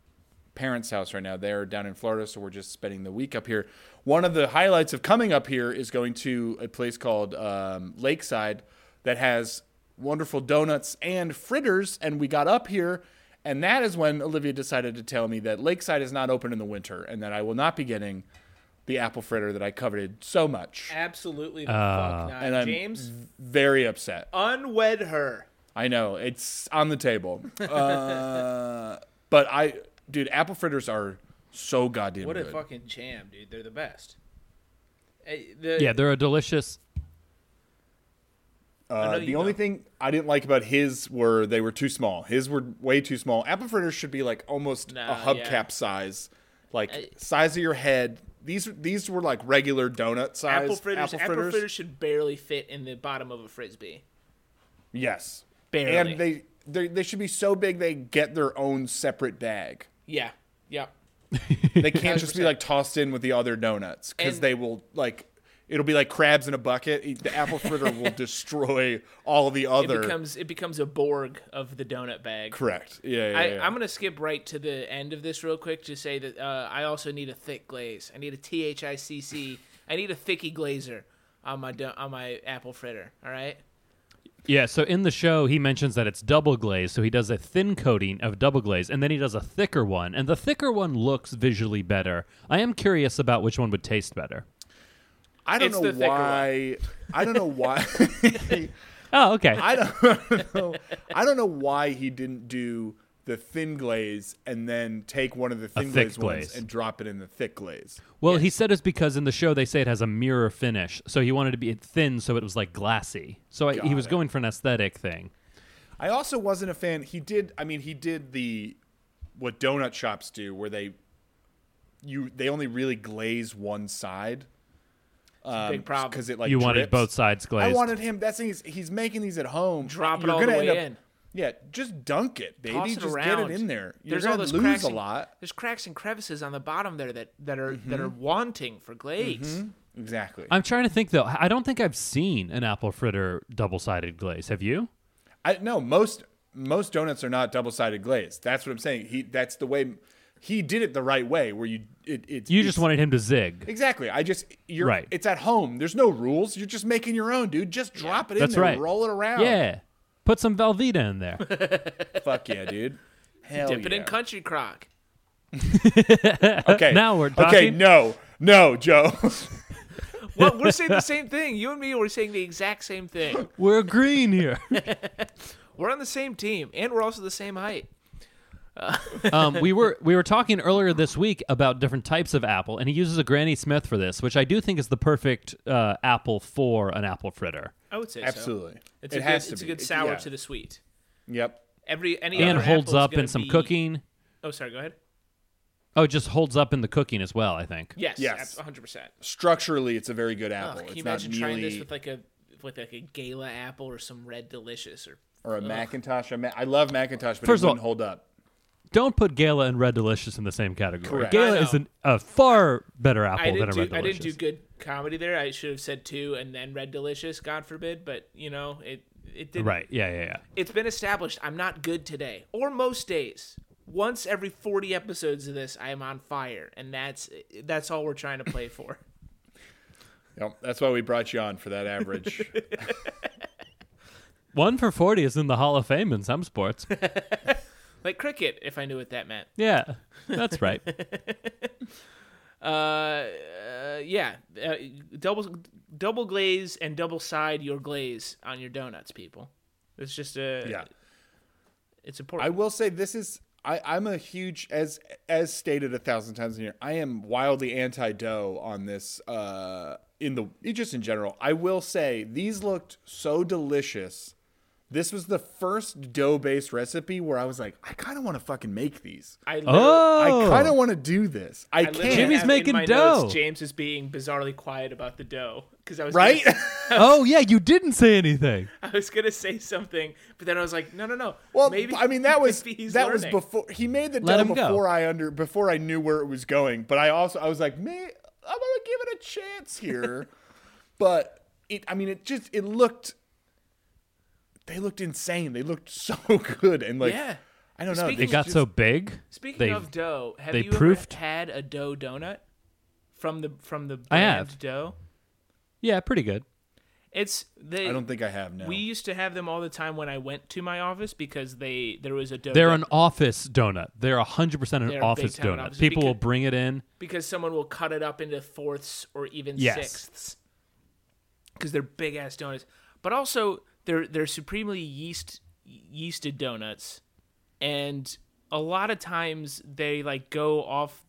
[SPEAKER 2] parents' house right now. They're down in Florida, so we're just spending the week up here. One of the highlights of coming up here is going to a place called um, Lakeside that has wonderful donuts and fritters. And we got up here, and that is when Olivia decided to tell me that Lakeside is not open in the winter and that I will not be getting the apple fritter that I coveted so much.
[SPEAKER 3] Absolutely the fuck not.
[SPEAKER 2] And I'm
[SPEAKER 3] James,
[SPEAKER 2] very upset.
[SPEAKER 3] unwed her.
[SPEAKER 2] I know it's on the table, uh, but I, dude, apple fritters are so goddamn
[SPEAKER 3] What a
[SPEAKER 2] good.
[SPEAKER 3] fucking jam, dude. They're the best. Eh, the-
[SPEAKER 1] Yeah, they're a delicious.
[SPEAKER 2] Uh,
[SPEAKER 3] know
[SPEAKER 2] the
[SPEAKER 3] you
[SPEAKER 2] only
[SPEAKER 3] know.
[SPEAKER 2] thing I didn't like about his were they were too small. His were way too small. Apple fritters should be like almost
[SPEAKER 3] Nah,
[SPEAKER 2] a hubcap
[SPEAKER 3] yeah.
[SPEAKER 2] size, like size of your head. These these were like regular donut size
[SPEAKER 3] apple fritters, apple fritters. should barely fit in the bottom of a frisbee.
[SPEAKER 2] Yes,
[SPEAKER 3] Barely.
[SPEAKER 2] and they, they they should be so big they get their own separate bag.
[SPEAKER 3] Yeah. Yeah.
[SPEAKER 2] They can't just be like tossed in with the other donuts because
[SPEAKER 3] And-
[SPEAKER 2] they will like it'll be like crabs in a bucket. The apple fritter will destroy all the
[SPEAKER 3] It
[SPEAKER 2] other.
[SPEAKER 3] becomes it becomes a Borg of the donut bag.
[SPEAKER 2] Correct. Yeah, yeah,
[SPEAKER 3] I,
[SPEAKER 2] yeah.
[SPEAKER 3] I'm gonna skip right to the end of this real quick to say that uh, I also need a thick glaze. I need a T H I C C. I need a thicky glazer on my do- on my apple fritter. All right.
[SPEAKER 1] Yeah, so in the show, he mentions that it's double glazed. So he does a thin coating of double glaze, and then he does a thicker one. And the thicker one looks visually better. I am curious about which one would taste better.
[SPEAKER 2] I don't
[SPEAKER 3] It's
[SPEAKER 2] know
[SPEAKER 3] the thicker one.
[SPEAKER 2] why. I don't know why.
[SPEAKER 1] Oh, okay.
[SPEAKER 2] I don't know. I don't know why he didn't do the thin glaze and then take one of the thin
[SPEAKER 1] thick
[SPEAKER 2] glaze,
[SPEAKER 1] glaze.
[SPEAKER 2] ones and drop it in the thick glaze.
[SPEAKER 1] well, he said it's because in the show they say it has a mirror finish. So he wanted to be thin so it was like glassy. So I, he
[SPEAKER 2] Got
[SPEAKER 1] was
[SPEAKER 2] it.
[SPEAKER 1] going for an aesthetic thing.
[SPEAKER 2] I also wasn't a fan. He did. I mean, he did the what donut shops do, where they you they only really glaze one side. Um,
[SPEAKER 3] big problem.
[SPEAKER 2] because it like
[SPEAKER 1] you wanted
[SPEAKER 2] drips.
[SPEAKER 1] both sides glazed.
[SPEAKER 2] I wanted him. That's the thing. He's, he's making these at home.
[SPEAKER 3] Drop it
[SPEAKER 2] You're
[SPEAKER 3] all the
[SPEAKER 2] gonna
[SPEAKER 3] way
[SPEAKER 2] end up-
[SPEAKER 3] in.
[SPEAKER 2] Yeah, just dunk it, baby.
[SPEAKER 3] Toss it
[SPEAKER 2] just
[SPEAKER 3] around.
[SPEAKER 2] get it in there. You're
[SPEAKER 3] There's all
[SPEAKER 2] gonna
[SPEAKER 3] those
[SPEAKER 2] lose
[SPEAKER 3] cracks
[SPEAKER 2] a
[SPEAKER 3] and-
[SPEAKER 2] lot. Mm-hmm.
[SPEAKER 3] There's cracks and crevices on the bottom there that that are that are wanting for glaze.
[SPEAKER 2] Exactly.
[SPEAKER 1] I'm trying to think though. I don't think I've seen an apple fritter double sided glaze. Have you?
[SPEAKER 2] I no most most donuts are not double sided glazed. That's what I'm saying. He that's the way he did it the right way where you it, it
[SPEAKER 1] You
[SPEAKER 2] it's-
[SPEAKER 1] just wanted him to zig.
[SPEAKER 2] exactly. I just you're
[SPEAKER 1] Right.
[SPEAKER 2] It's at home. There's no rules. You're just making your own, dude. Just drop it in
[SPEAKER 1] That's
[SPEAKER 2] there.
[SPEAKER 1] right.
[SPEAKER 2] Roll it around.
[SPEAKER 1] Yeah. Put some Velveeta in there.
[SPEAKER 2] Fuck yeah, dude. Hell
[SPEAKER 3] Dip it
[SPEAKER 2] yeah.
[SPEAKER 3] in country crock.
[SPEAKER 2] Okay.
[SPEAKER 1] Now we're
[SPEAKER 2] Okay.
[SPEAKER 1] talking.
[SPEAKER 2] No. No, Joe.
[SPEAKER 3] Well, we're saying the same thing. You and me were saying the exact same thing.
[SPEAKER 1] We're green here.
[SPEAKER 3] We're on the same team, and we're also the same height.
[SPEAKER 1] um, we were we were talking earlier this week about different types of apple, and he uses a Granny Smith for this, which I do think is the perfect uh, apple for an apple fritter.
[SPEAKER 3] I would say so.
[SPEAKER 2] Absolutely.
[SPEAKER 3] It's
[SPEAKER 2] it
[SPEAKER 3] a
[SPEAKER 2] has
[SPEAKER 3] good,
[SPEAKER 2] to
[SPEAKER 3] it's
[SPEAKER 2] be.
[SPEAKER 3] a good sour
[SPEAKER 2] yeah.
[SPEAKER 3] to the sweet.
[SPEAKER 2] Yep.
[SPEAKER 3] Every any
[SPEAKER 1] and
[SPEAKER 3] other
[SPEAKER 1] holds
[SPEAKER 3] apple's
[SPEAKER 1] up
[SPEAKER 3] gonna
[SPEAKER 1] in some
[SPEAKER 3] be-
[SPEAKER 1] cooking.
[SPEAKER 3] Oh, sorry. Go ahead.
[SPEAKER 1] Oh, it just holds up in the cooking as well. I think.
[SPEAKER 3] Yes.
[SPEAKER 2] Yes.
[SPEAKER 3] Yes. One hundred percent.
[SPEAKER 2] Structurally, it's a very good apple.
[SPEAKER 3] Can
[SPEAKER 2] it's
[SPEAKER 3] you
[SPEAKER 2] not
[SPEAKER 3] imagine trying this
[SPEAKER 2] mealy.
[SPEAKER 3] with like a with like a gala apple or some red delicious or
[SPEAKER 2] or a Macintosh. I, ma- I love Macintosh, but
[SPEAKER 1] First
[SPEAKER 2] it
[SPEAKER 1] of all-
[SPEAKER 2] wouldn't hold up.
[SPEAKER 1] Don't put Gala and Red Delicious in the same category.
[SPEAKER 2] Correct.
[SPEAKER 1] Gala
[SPEAKER 3] I know.
[SPEAKER 1] is an, a far better
[SPEAKER 3] I
[SPEAKER 1] apple than
[SPEAKER 3] didn't
[SPEAKER 1] a
[SPEAKER 3] do
[SPEAKER 1] Red
[SPEAKER 3] I
[SPEAKER 1] Delicious.
[SPEAKER 3] didn't do good comedy there. I should have said two and then red delicious, God forbid. But you know it it did.
[SPEAKER 1] Right. Yeah. Yeah. Yeah.
[SPEAKER 3] It's been established. I'm not good today or most days. Once every 40 episodes of this, I am on fire, and that's that's all we're trying to play for.
[SPEAKER 2] Yep, that's why we brought you on for that average.
[SPEAKER 1] One for forty is in the Hall of Fame in some sports.
[SPEAKER 3] Like cricket, if I knew what that meant.
[SPEAKER 1] yeah. That's right.
[SPEAKER 3] uh, yeah, uh, double double glaze and double side your glaze on your donuts, people. It's just a
[SPEAKER 2] yeah.
[SPEAKER 3] It's
[SPEAKER 2] I
[SPEAKER 3] important.
[SPEAKER 2] will say this is I, I'm a huge as as stated a thousand times in here. I am wildly anti dough on this. Uh, in the just in general, I will say these looked so delicious This was the first dough-based recipe where I was like, I kind of want to fucking make these.
[SPEAKER 3] I
[SPEAKER 1] Oh,
[SPEAKER 2] I kind of want to do this. I,
[SPEAKER 3] I
[SPEAKER 2] can't.
[SPEAKER 3] literally
[SPEAKER 1] Jimmy's
[SPEAKER 3] have in
[SPEAKER 1] making
[SPEAKER 3] my
[SPEAKER 1] dough.
[SPEAKER 3] Notes, James is being bizarrely quiet about the dough because I was
[SPEAKER 2] right?
[SPEAKER 3] Gonna,
[SPEAKER 1] oh yeah, you didn't say anything.
[SPEAKER 3] I was gonna say something, but then I was like, no, no, no.
[SPEAKER 2] Well,
[SPEAKER 3] maybe
[SPEAKER 2] I mean that was
[SPEAKER 3] maybe he's
[SPEAKER 2] that was
[SPEAKER 3] learning.
[SPEAKER 2] before he made the
[SPEAKER 1] Let
[SPEAKER 2] dough
[SPEAKER 1] him go.
[SPEAKER 2] before I under before I knew where it was going. But I also I was like, me, I'm gonna give it a chance here. but it, I mean, it just it looked. They looked insane. They looked so good and like
[SPEAKER 3] Yeah.
[SPEAKER 2] I don't know.
[SPEAKER 3] Speaking
[SPEAKER 1] It got so big.
[SPEAKER 3] Speaking
[SPEAKER 1] they-
[SPEAKER 3] of dough, have
[SPEAKER 1] they
[SPEAKER 3] you ever
[SPEAKER 1] proofed-
[SPEAKER 3] had a dough donut from the from the
[SPEAKER 1] I
[SPEAKER 3] brand
[SPEAKER 1] have.
[SPEAKER 3] dough?
[SPEAKER 1] Yeah, pretty good.
[SPEAKER 3] It's they.
[SPEAKER 2] I don't think I have now.
[SPEAKER 3] We used to have them all the time when I went to my office because they there was a dough.
[SPEAKER 1] They're
[SPEAKER 3] donut
[SPEAKER 1] an office donut. They're hundred percent an
[SPEAKER 3] They're
[SPEAKER 1] office
[SPEAKER 3] big-time
[SPEAKER 1] donut.
[SPEAKER 3] office
[SPEAKER 1] People will
[SPEAKER 3] because-
[SPEAKER 1] bring it in.
[SPEAKER 3] because someone will cut it up into fourths or even
[SPEAKER 1] Yes.
[SPEAKER 3] sixths because they're big ass donuts. But also they're they're supremely yeast yeasted donuts, and a lot of times they like go off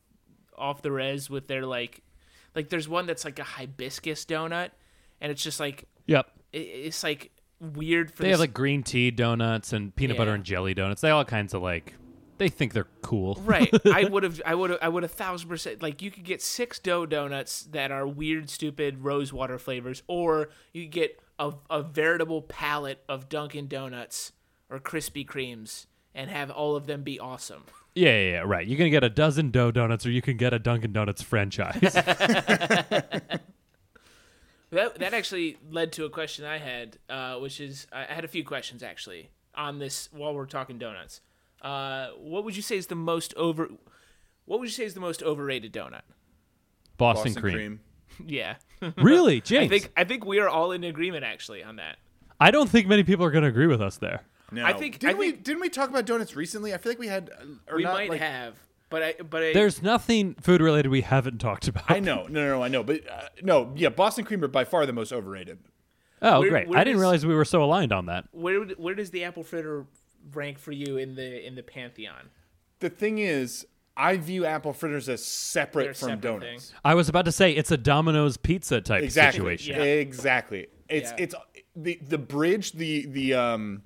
[SPEAKER 3] off the res with their like like there's one that's like a hibiscus donut, and it's just like
[SPEAKER 1] Yep.
[SPEAKER 3] it, it's like weird for
[SPEAKER 1] They
[SPEAKER 3] the
[SPEAKER 1] have like green tea donuts and peanut butter
[SPEAKER 3] Yeah.
[SPEAKER 1] and jelly donuts. They all kinds of like. They think they're cool.
[SPEAKER 3] Right. I would have. I would. have I would a thousand percent. Like you could get six dough donuts that are weird, stupid rose water flavors, or you could get a, a veritable palette of Dunkin' Donuts or Krispy Kremes, and have all of them be awesome.
[SPEAKER 1] Yeah, yeah, yeah, right. You can get a dozen dough donuts, or you can get a Dunkin' Donuts franchise.
[SPEAKER 3] That that actually led to a question I had, uh, which is I I had a few questions actually on this while we're talking donuts. Uh, what would you say is the most over? What would you say is the most overrated donut?
[SPEAKER 1] Boston, cream.
[SPEAKER 3] Yeah,
[SPEAKER 1] Really, James?
[SPEAKER 3] I think I think we are all in agreement actually on that.
[SPEAKER 1] I don't think many people are going to agree with us there.
[SPEAKER 2] No.
[SPEAKER 3] I think-
[SPEAKER 2] didn't
[SPEAKER 3] I
[SPEAKER 2] we
[SPEAKER 3] think-
[SPEAKER 2] didn't we talk about donuts recently? I feel like we had uh, or
[SPEAKER 3] we
[SPEAKER 2] not,
[SPEAKER 3] might
[SPEAKER 2] like-
[SPEAKER 3] have, but I but I,
[SPEAKER 1] There's nothing food related we haven't talked about.
[SPEAKER 2] I know, no, no, no, I know, but uh, no, yeah, Boston cream are by far the most overrated.
[SPEAKER 1] Oh,
[SPEAKER 3] Where-
[SPEAKER 1] great!
[SPEAKER 3] where
[SPEAKER 1] I didn't
[SPEAKER 3] does-
[SPEAKER 1] realize we were so aligned on that.
[SPEAKER 3] where would- where does the apple fritter rank for you in the in the pantheon?
[SPEAKER 2] The thing is, I view apple fritters as separate
[SPEAKER 3] They're
[SPEAKER 2] from
[SPEAKER 3] separate
[SPEAKER 2] donuts.
[SPEAKER 3] thing.
[SPEAKER 1] I was about to say it's a Domino's pizza type
[SPEAKER 2] exactly.
[SPEAKER 1] situation.
[SPEAKER 3] Yeah.
[SPEAKER 2] Exactly. It's
[SPEAKER 3] Yeah.
[SPEAKER 2] it's the the bridge the the um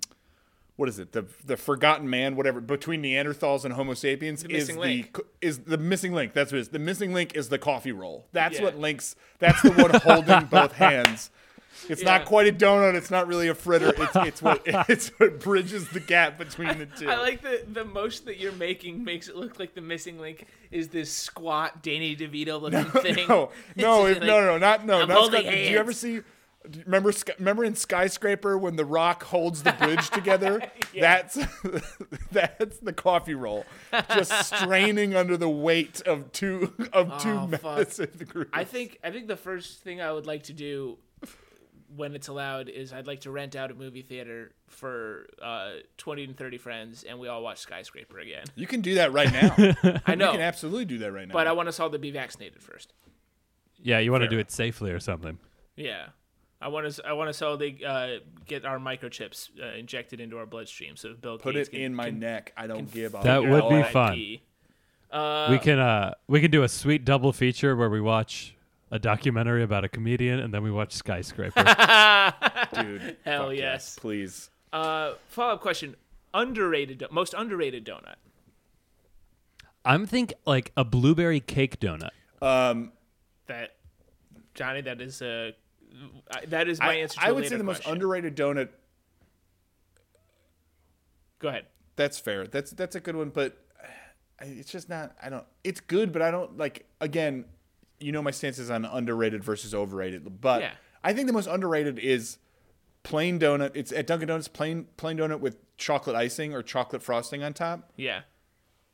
[SPEAKER 2] what is it the the forgotten man whatever between Neanderthals and Homo sapiens is
[SPEAKER 3] missing
[SPEAKER 2] the
[SPEAKER 3] link.
[SPEAKER 2] co- is the missing link. That's what it is. The missing link is the coffee roll. That's
[SPEAKER 3] Yeah.
[SPEAKER 2] what links. That's the one holding both hands. It's
[SPEAKER 3] Yeah.
[SPEAKER 2] not quite a donut. It's not really a fritter. It's it's what it's what bridges the gap between the two.
[SPEAKER 3] I like the the motion that you're making makes it look like the missing link is this squat Danny DeVito looking thing.
[SPEAKER 2] No,
[SPEAKER 3] It's
[SPEAKER 2] no,
[SPEAKER 3] just
[SPEAKER 2] if,
[SPEAKER 3] like,
[SPEAKER 2] no, no, not no.
[SPEAKER 3] I'm
[SPEAKER 2] Not
[SPEAKER 3] holding
[SPEAKER 2] Sky- did you ever
[SPEAKER 3] hands.
[SPEAKER 2] see? do you Remember, Sky- remember in Skyscraper when the rock holds the bridge together? That's that's the coffee roll, just straining under the weight of two of two
[SPEAKER 3] Oh, fuck.
[SPEAKER 2] massive groups.
[SPEAKER 3] I think I think the first thing I would like to do when it's allowed is I'd like to rent out a movie theater for uh, 20 and 30 friends and we all watch Skyscraper again.
[SPEAKER 2] you can do that right now.
[SPEAKER 3] I know,
[SPEAKER 2] You can absolutely do that right now.
[SPEAKER 3] but I want us all to be vaccinated first.
[SPEAKER 1] Yeah, you want to do it safely or something.
[SPEAKER 3] Yeah, I want us. I want us all to uh, get our microchips uh, injected into our bloodstream, so Bill
[SPEAKER 2] put
[SPEAKER 3] Gates
[SPEAKER 2] it
[SPEAKER 3] can-
[SPEAKER 2] in my
[SPEAKER 3] can
[SPEAKER 2] neck. I don't give a
[SPEAKER 1] That
[SPEAKER 2] hell
[SPEAKER 1] would be
[SPEAKER 2] about it.
[SPEAKER 1] fun.
[SPEAKER 3] IP.
[SPEAKER 1] we can uh we can do a sweet double feature where we watch a documentary about a comedian and then we watch Skyscraper.
[SPEAKER 2] dude.
[SPEAKER 3] Hell
[SPEAKER 2] Fuck
[SPEAKER 3] yes.
[SPEAKER 2] please.
[SPEAKER 3] Uh, Follow up question: Underrated, do- most underrated donut.
[SPEAKER 1] I'm think like a blueberry cake donut.
[SPEAKER 2] Um,
[SPEAKER 3] That Johnny, that is uh, I- that is my
[SPEAKER 2] I,
[SPEAKER 3] answer. To
[SPEAKER 2] I
[SPEAKER 3] a
[SPEAKER 2] would say
[SPEAKER 3] later
[SPEAKER 2] the most
[SPEAKER 3] question.
[SPEAKER 2] underrated donut
[SPEAKER 3] Go ahead.
[SPEAKER 2] That's fair. That's that's a good one, but I- it's just not. I don't. It's good, but I don't like. Again, you know my stances on underrated versus overrated, but
[SPEAKER 3] Yeah.
[SPEAKER 2] I think the most underrated is plain donut. It's at Dunkin' Donuts, plain plain donut with chocolate icing or chocolate frosting on top.
[SPEAKER 3] Yeah,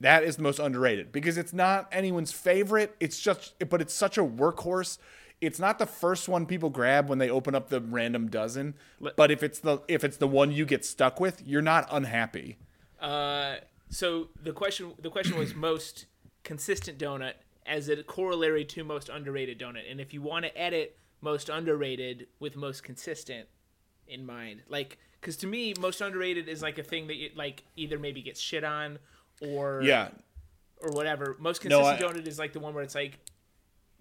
[SPEAKER 2] That is the most underrated because it's not anyone's favorite. It's just, but it's such a workhorse. It's not the first one people grab when they open up the random dozen, but if it's the if it's the one you get stuck with, you're not unhappy.
[SPEAKER 3] Uh, so the question the question was most consistent donut as a corollary to most underrated donut, and if you want to edit most underrated with most consistent in mind, like because to me most underrated is like a thing that you, like either maybe gets shit on or
[SPEAKER 2] Yeah,
[SPEAKER 3] or whatever. Most
[SPEAKER 2] No,
[SPEAKER 3] consistent
[SPEAKER 2] I-
[SPEAKER 3] donut is like the one where it's like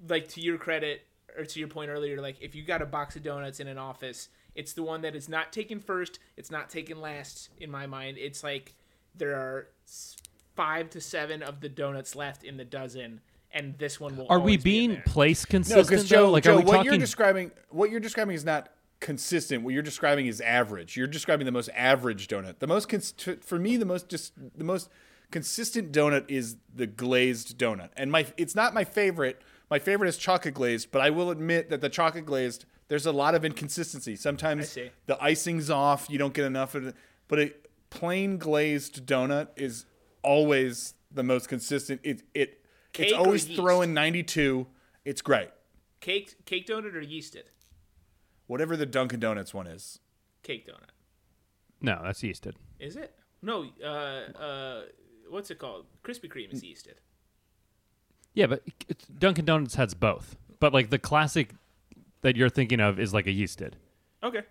[SPEAKER 3] like to your credit or to your point earlier, like if you got a box of donuts in an office. It's the one that is not taken first. It's not taken last in my mind. It's like there are s- five to seven of the donuts left in the dozen, and this one will.
[SPEAKER 1] Are we
[SPEAKER 3] always be in
[SPEAKER 1] being
[SPEAKER 3] there.
[SPEAKER 1] place
[SPEAKER 2] No,
[SPEAKER 1] consistent?
[SPEAKER 2] because
[SPEAKER 1] though?
[SPEAKER 2] Joe,
[SPEAKER 1] like,
[SPEAKER 2] Joe
[SPEAKER 1] are we
[SPEAKER 2] what
[SPEAKER 1] talking?
[SPEAKER 2] you're describing, what you're describing is not consistent. What you're describing is average. You're describing the most average donut. The most cons- t- for me, the most just the most consistent donut is the glazed donut, and my it's not my favorite. My favorite is chocolate glazed, but I will admit that the chocolate glazed there's a lot of inconsistency. Sometimes
[SPEAKER 3] see.
[SPEAKER 2] the icing's off, you don't get enough of it, but a plain glazed donut is always the most consistent. It it it's
[SPEAKER 3] Cake or
[SPEAKER 2] always
[SPEAKER 3] yeast?
[SPEAKER 2] throwing 92. It's great
[SPEAKER 3] cake, cake donut, or yeasted
[SPEAKER 2] whatever the Dunkin' Donuts one is.
[SPEAKER 3] cake donut?
[SPEAKER 1] no, that's yeasted.
[SPEAKER 3] Is it? No. Uh, uh, what's it called? Krispy Kreme
[SPEAKER 2] Mm.
[SPEAKER 3] is yeasted.
[SPEAKER 1] Yeah, but it's, Dunkin' Donuts has both. But like the classic that you're thinking of is like a yeasted.
[SPEAKER 3] Okay.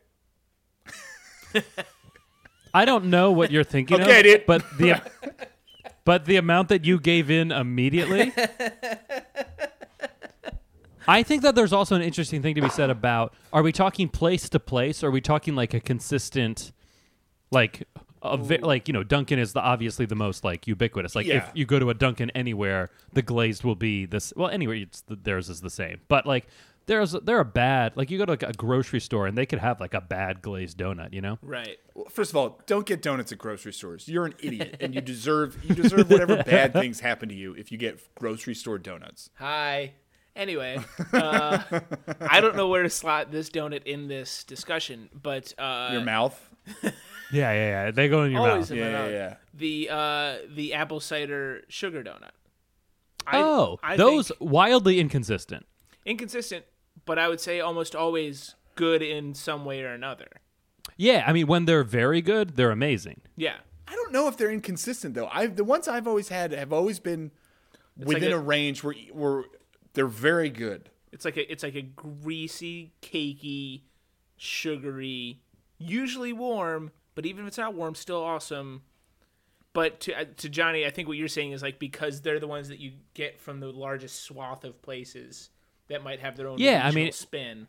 [SPEAKER 1] I don't know what you're thinking
[SPEAKER 2] Okay,
[SPEAKER 1] of,
[SPEAKER 2] dude.
[SPEAKER 1] but the but the amount that you gave in immediately. I think that there's also an interesting thing to be said about are we talking place to place? Or are we talking like a consistent like a ve- like you know Dunkin is the obviously the most like ubiquitous. Like if
[SPEAKER 2] Yeah.
[SPEAKER 1] you go to a Dunkin anywhere, the glazed will be this. Well, anyway, it's theirs is the same. But like there's there are bad like you go to like a grocery store and they could have like a bad glazed donut. You know.
[SPEAKER 3] Right.
[SPEAKER 2] Well, first of all, don't get donuts at grocery stores. You're an idiot, and you deserve you deserve whatever bad things happen to you if you get grocery store donuts.
[SPEAKER 3] Hi. Anyway, uh, I don't know where to slot this donut in this discussion, but uh,
[SPEAKER 2] Your mouth.
[SPEAKER 1] Yeah, yeah, yeah. They go in your
[SPEAKER 3] always in
[SPEAKER 2] Yeah,
[SPEAKER 3] my
[SPEAKER 2] yeah,
[SPEAKER 3] mouth.
[SPEAKER 2] yeah.
[SPEAKER 3] The uh, the apple cider sugar donut. I,
[SPEAKER 1] Oh,
[SPEAKER 3] I
[SPEAKER 1] those
[SPEAKER 3] think
[SPEAKER 1] wildly inconsistent.
[SPEAKER 3] inconsistent, but I would say almost always good in some way or another.
[SPEAKER 1] Yeah, I mean when they're very good, they're amazing.
[SPEAKER 3] Yeah,
[SPEAKER 2] I don't know if they're inconsistent though. I the ones I've always had have always been within
[SPEAKER 3] like
[SPEAKER 2] a,
[SPEAKER 3] a-
[SPEAKER 2] range where where they're very good.
[SPEAKER 3] it's like a it's like a greasy, cakey, sugary, usually warm, but even if it's not warm, still awesome. But to uh, to Johnny, I think what you're saying is like because they're the ones that you get from the largest swath of places that might have their own
[SPEAKER 1] Yeah, I
[SPEAKER 3] regional
[SPEAKER 1] mean-
[SPEAKER 3] spin.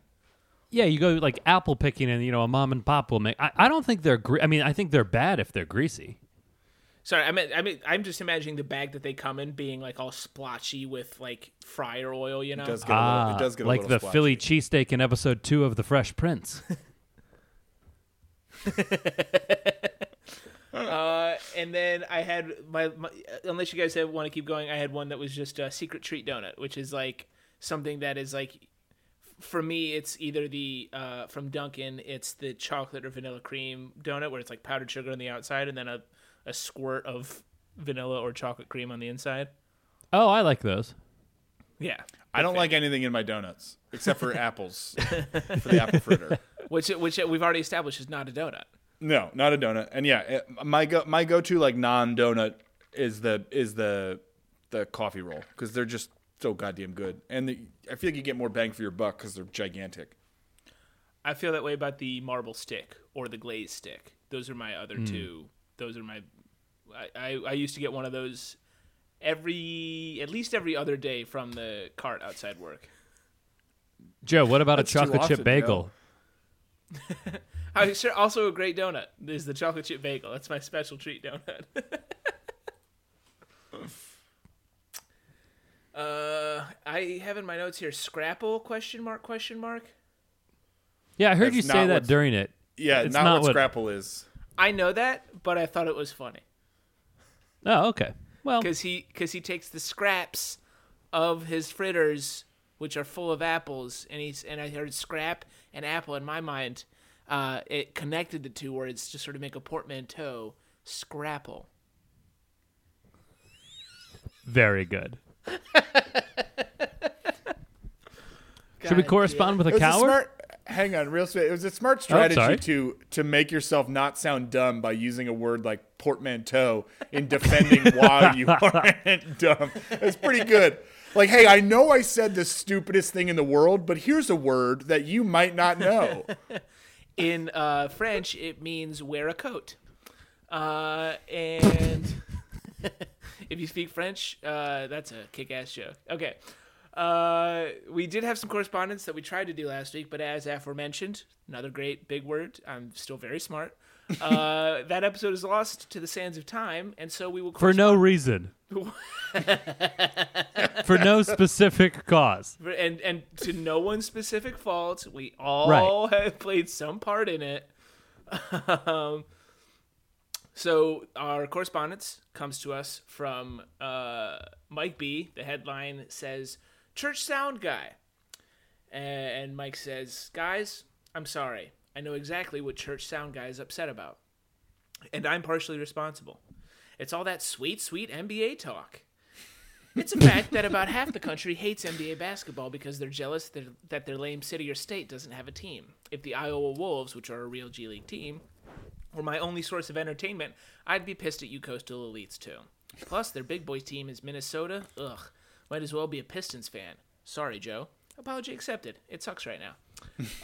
[SPEAKER 1] Yeah, you go like apple picking, and you know a mom and pop will make. I, I don't think they're. Gre- I mean, I think they're bad if they're greasy.
[SPEAKER 3] Sorry, I mean, I mean, I'm just imagining the bag that they come in being like all splotchy with like fryer oil, you know.
[SPEAKER 2] It does get a little, it does get a
[SPEAKER 1] Ah, like
[SPEAKER 2] little
[SPEAKER 1] the
[SPEAKER 2] splotchy.
[SPEAKER 1] Philly cheesesteak in episode two of The Fresh Prince.
[SPEAKER 3] Uh, and then I had my, my unless you guys have, want to keep going, I had one that was just a secret treat donut, which is like something that is like for me, it's either the uh, from Dunkin', it's the chocolate or vanilla cream donut where it's like powdered sugar on the outside and then a, a squirt of vanilla or chocolate cream on the inside.
[SPEAKER 1] oh, I like those.
[SPEAKER 3] Yeah,
[SPEAKER 2] I don't like anything in my donuts except for apples for the apple fritter.
[SPEAKER 3] which which we've already established is not a donut.
[SPEAKER 2] No, not a donut. And yeah, it, my go my go to like non donut is the is the the coffee roll because they're just so goddamn good, and the, I feel like you get more bang for your buck because they're gigantic.
[SPEAKER 3] I feel that way about the marble stick or the glaze stick. Those are my other two. Those are my. I, I, I used to get one of those every at least every other day from the cart outside work.
[SPEAKER 1] Joe, what about
[SPEAKER 2] That's
[SPEAKER 1] a
[SPEAKER 2] too
[SPEAKER 1] chocolate
[SPEAKER 2] often,
[SPEAKER 1] chip bagel?
[SPEAKER 2] Joe.
[SPEAKER 3] I sure also a great donut is the chocolate chip bagel. That's my special treat donut. uh, I have in my notes here Scrapple question mark question mark.
[SPEAKER 1] Yeah, I heard
[SPEAKER 2] That's
[SPEAKER 1] you
[SPEAKER 2] not
[SPEAKER 1] say that
[SPEAKER 2] what's-
[SPEAKER 1] during it.
[SPEAKER 2] Yeah,
[SPEAKER 1] It's
[SPEAKER 2] not,
[SPEAKER 1] not
[SPEAKER 2] what,
[SPEAKER 1] what-
[SPEAKER 2] Scrapple is.
[SPEAKER 3] I know that, but I thought it was funny.
[SPEAKER 1] Oh, okay. Well,
[SPEAKER 3] because he because he takes the scraps of his fritters, which are full of apples, and he's and I heard scrap and apple in my mind. Uh, it connected the two words to sort of make a portmanteau. Scrapple.
[SPEAKER 1] very good. Should we correspond with a
[SPEAKER 2] It was a
[SPEAKER 1] coward? Oh,
[SPEAKER 2] smart. Hang on, real sweet. It was a smart
[SPEAKER 1] sorry.
[SPEAKER 2] strategy to to make yourself not sound dumb by using a word like portmanteau in defending why you aren't dumb. It's pretty good. Like, hey, I know I said the stupidest thing in the world, but here's a word that you might not know.
[SPEAKER 3] In uh, French, it means wear a coat. Uh, and if you speak French, uh, that's a kick-ass joke. Okay. Uh, we did have some correspondence that we tried to do last week, but as aforementioned, another great big word. I'm still very smart. Uh, that episode is lost to the sands of time, and so we will
[SPEAKER 1] for no reason, for no specific cause.
[SPEAKER 3] For- and and to no one's specific fault. We all
[SPEAKER 1] Right.
[SPEAKER 3] have played some part in it. um, so our correspondence comes to us from uh, Mike B. The headline says "Church Sound Guy," and Mike says, "Guys, I'm sorry. I know exactly what Church Sound Guy is upset about, and I'm partially responsible. It's all that sweet, sweet NBA talk." It's a fact that about half the country hates NBA basketball because they're jealous that, that their lame city or state doesn't have a team. If the Iowa Wolves, which are a real G League team, were my only source of entertainment, I'd be pissed at you coastal elites too. Plus, their big boy team is Minnesota. Ugh, might as well be a Pistons fan. Sorry, Joe. Apology accepted. It sucks right now.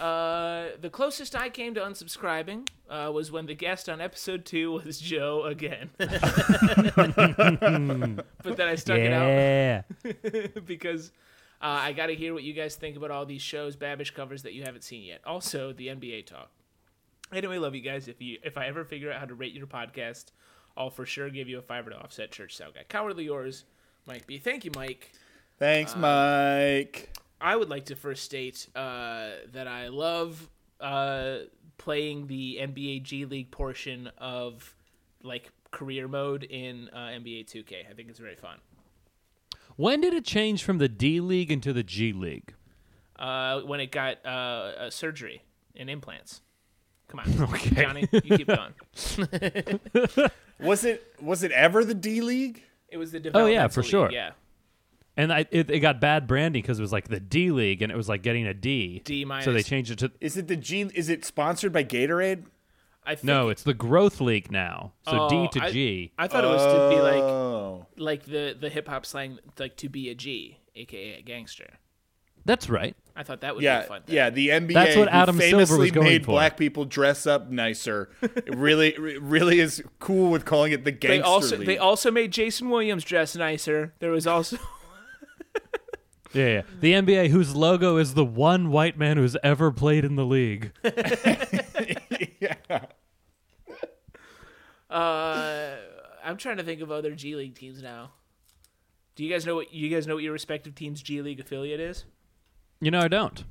[SPEAKER 3] Uh, the closest I came to unsubscribing uh, was when the guest on episode two was Joe again. but then I stuck it out
[SPEAKER 1] Yeah.
[SPEAKER 3] because uh, I got to hear what you guys think about all these shows Babish covers that you haven't seen yet. Also, the NBA talk. Anyway, love you guys. If you if I ever figure out how to rate your podcast, I'll for sure give you a fiver to offset church sound guy. Cowardly yours, Mike B. Thank you, Mike.
[SPEAKER 2] Thanks,
[SPEAKER 3] Uh,
[SPEAKER 2] Mike.
[SPEAKER 3] I would like to first state uh, that I love uh, playing the NBA G League portion of like career mode in uh, NBA 2K. I think it's very fun.
[SPEAKER 1] When did it change from the D League into the G League?
[SPEAKER 3] uh, when it got uh, uh, surgery and implants. Come on, Johnny, you keep going.
[SPEAKER 2] Was it was it ever the D League?
[SPEAKER 3] It was the
[SPEAKER 1] Oh,
[SPEAKER 3] developmental
[SPEAKER 1] yeah, for
[SPEAKER 3] league,
[SPEAKER 1] sure.
[SPEAKER 3] Yeah,
[SPEAKER 1] And I, it, it got bad branding because it was like the D League, and it was like getting a D.
[SPEAKER 3] D
[SPEAKER 1] So they
[SPEAKER 3] minus.
[SPEAKER 1] changed it to
[SPEAKER 2] Is it the G? Is it sponsored by Gatorade?
[SPEAKER 3] I think,
[SPEAKER 1] no. It's the Growth League now. So D
[SPEAKER 3] Oh,
[SPEAKER 1] to
[SPEAKER 3] I-
[SPEAKER 1] G.
[SPEAKER 3] I thought it was to be like
[SPEAKER 2] Oh,
[SPEAKER 3] like the the hip hop slang like to be a G, aka a gangster.
[SPEAKER 1] That's right.
[SPEAKER 3] I thought that would be
[SPEAKER 2] yeah,
[SPEAKER 3] a fun. Thing.
[SPEAKER 2] yeah. The NBA.
[SPEAKER 1] That's what
[SPEAKER 2] who
[SPEAKER 1] Adam Silver
[SPEAKER 2] famously
[SPEAKER 1] was going
[SPEAKER 2] made
[SPEAKER 1] for.
[SPEAKER 2] black people dress up nicer. It really, it really is cool with calling it the
[SPEAKER 3] They
[SPEAKER 2] gangster
[SPEAKER 3] also
[SPEAKER 2] league.
[SPEAKER 3] they also made Jason Williams dress nicer. There was also
[SPEAKER 1] Yeah, yeah. The NBA, whose logo is the one white man who's ever played in the league.
[SPEAKER 3] uh, I'm trying to think of other G League teams now. Do you guys know what you guys know what your respective team's G League affiliate is?
[SPEAKER 1] You know, I don't.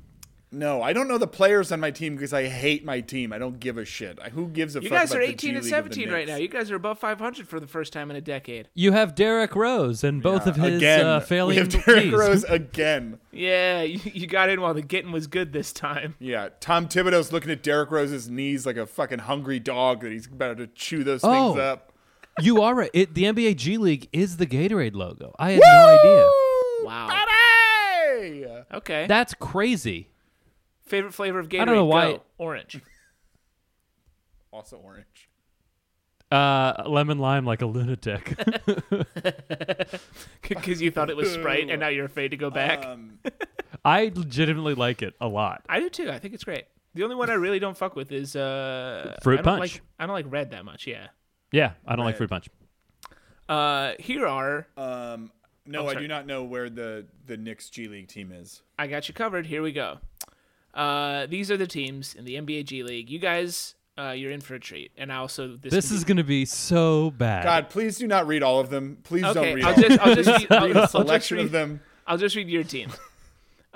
[SPEAKER 2] no, I don't know the players on my team because I hate my team. I don't give a shit. I- Who gives a
[SPEAKER 3] You
[SPEAKER 2] fuck
[SPEAKER 3] guys
[SPEAKER 2] about
[SPEAKER 3] are
[SPEAKER 2] the G
[SPEAKER 3] 18 and
[SPEAKER 2] League of the
[SPEAKER 3] 17 right
[SPEAKER 2] Knicks?
[SPEAKER 3] now. You guys are above 500 for the first time in a decade.
[SPEAKER 1] You have Derek Rose and both of his
[SPEAKER 2] again,
[SPEAKER 1] uh,
[SPEAKER 2] we
[SPEAKER 1] failing
[SPEAKER 2] have Derrick
[SPEAKER 1] knees.
[SPEAKER 2] Rose again.
[SPEAKER 3] Yeah, you, you got in while the getting was good this time.
[SPEAKER 2] Yeah, Tom Thibodeau's looking at Derrick Rose's knees like a fucking hungry dog that he's about to chew those
[SPEAKER 1] Oh.
[SPEAKER 2] things up.
[SPEAKER 1] You are right. It, the NBA G League is the Gatorade logo. I had no idea.
[SPEAKER 3] Wow.
[SPEAKER 2] Buddy!
[SPEAKER 3] Okay.
[SPEAKER 1] That's crazy.
[SPEAKER 3] Favorite flavor of Gatorade?
[SPEAKER 1] I don't know why-
[SPEAKER 3] Go. Orange.
[SPEAKER 2] Also orange.
[SPEAKER 1] Uh, lemon lime like a lunatic.
[SPEAKER 3] Because you thought it was Sprite and now you're afraid to go back.
[SPEAKER 2] Um,
[SPEAKER 1] I legitimately like it a lot.
[SPEAKER 3] I do too. I think it's great. The only one I really don't fuck with is uh
[SPEAKER 1] Fruit
[SPEAKER 3] I don't
[SPEAKER 1] punch.
[SPEAKER 3] Like, I don't like red that much. Yeah.
[SPEAKER 1] Yeah, I don't like fruit punch.
[SPEAKER 3] Uh, here are
[SPEAKER 2] Um, no, I
[SPEAKER 3] sorry.
[SPEAKER 2] do not know where the the Knicks G League team is.
[SPEAKER 3] I got you covered. Here we go. Uh, these are the teams in the NBA G League. You guys, uh, you're in for a treat. And I also this,
[SPEAKER 1] This
[SPEAKER 3] can be-
[SPEAKER 1] is gonna be so bad.
[SPEAKER 2] God, please do not read all of them. Please don't
[SPEAKER 3] okay.
[SPEAKER 2] read
[SPEAKER 3] I'll
[SPEAKER 2] all
[SPEAKER 3] just
[SPEAKER 2] of them.
[SPEAKER 3] I'll just read, I'll,
[SPEAKER 2] Read a
[SPEAKER 3] I'll just
[SPEAKER 2] selection
[SPEAKER 3] read
[SPEAKER 2] of them.
[SPEAKER 3] I'll just read your team.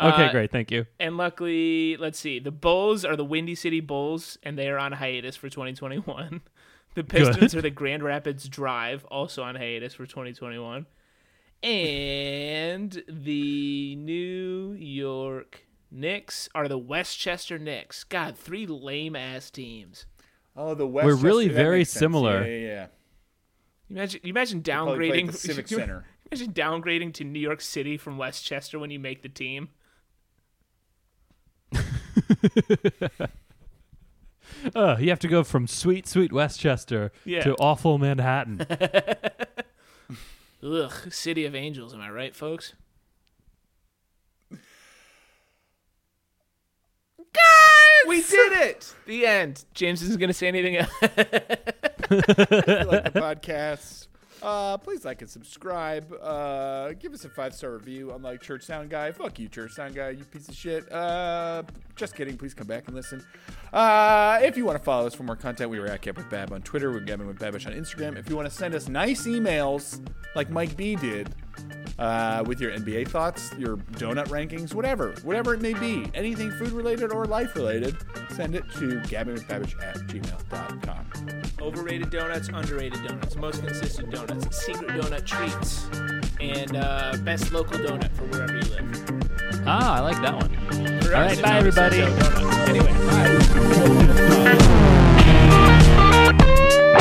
[SPEAKER 1] okay,
[SPEAKER 3] uh,
[SPEAKER 1] great. Thank you.
[SPEAKER 3] And luckily, let's see. The Bulls are the Windy City Bulls, and they are on hiatus for 2021. The Pistons are the Grand Rapids Drive, also on hiatus for 2021. And the New York Knicks are the Westchester Knicks. God, three lame ass teams.
[SPEAKER 2] Oh, the West.
[SPEAKER 1] really very similar.
[SPEAKER 2] Yeah, yeah, yeah.
[SPEAKER 3] You Imagine, you imagine
[SPEAKER 2] Probably play at
[SPEAKER 3] downgrading
[SPEAKER 2] the Civic
[SPEAKER 3] you
[SPEAKER 2] Center.
[SPEAKER 3] Imagine downgrading to New York City from Westchester when you make the team.
[SPEAKER 1] Uh, you have to go from sweet, sweet Westchester
[SPEAKER 3] Yeah.
[SPEAKER 1] to awful Manhattan.
[SPEAKER 3] Ugh, City of Angels. Am I right, folks? We did it! The end. James isn't going to say anything else.
[SPEAKER 2] like the podcast. Uh, please like and subscribe. Uh, give us a five star review. Unlike Church Sound Guy, fuck you, Church Sound Guy, you piece of shit. Uh, just kidding. Please come back and listen. Uh, if you want to follow us for more content, we were at Get with Bab on Twitter. We're Gabbing with Babish on Instagram. If you want to send us nice emails like Mike B did, uh, with your NBA thoughts, your donut rankings, whatever, whatever it may be, anything food related or life related, send it to gabbymcbabbage at gmail.com.
[SPEAKER 3] Overrated donuts, underrated donuts, most consistent donuts, secret donut treats, and uh, best local donut for wherever you live.
[SPEAKER 1] Ah, I like that one.
[SPEAKER 3] All
[SPEAKER 1] right, bye, everybody.
[SPEAKER 3] Anyway, bye.
[SPEAKER 2] Anyway, bye.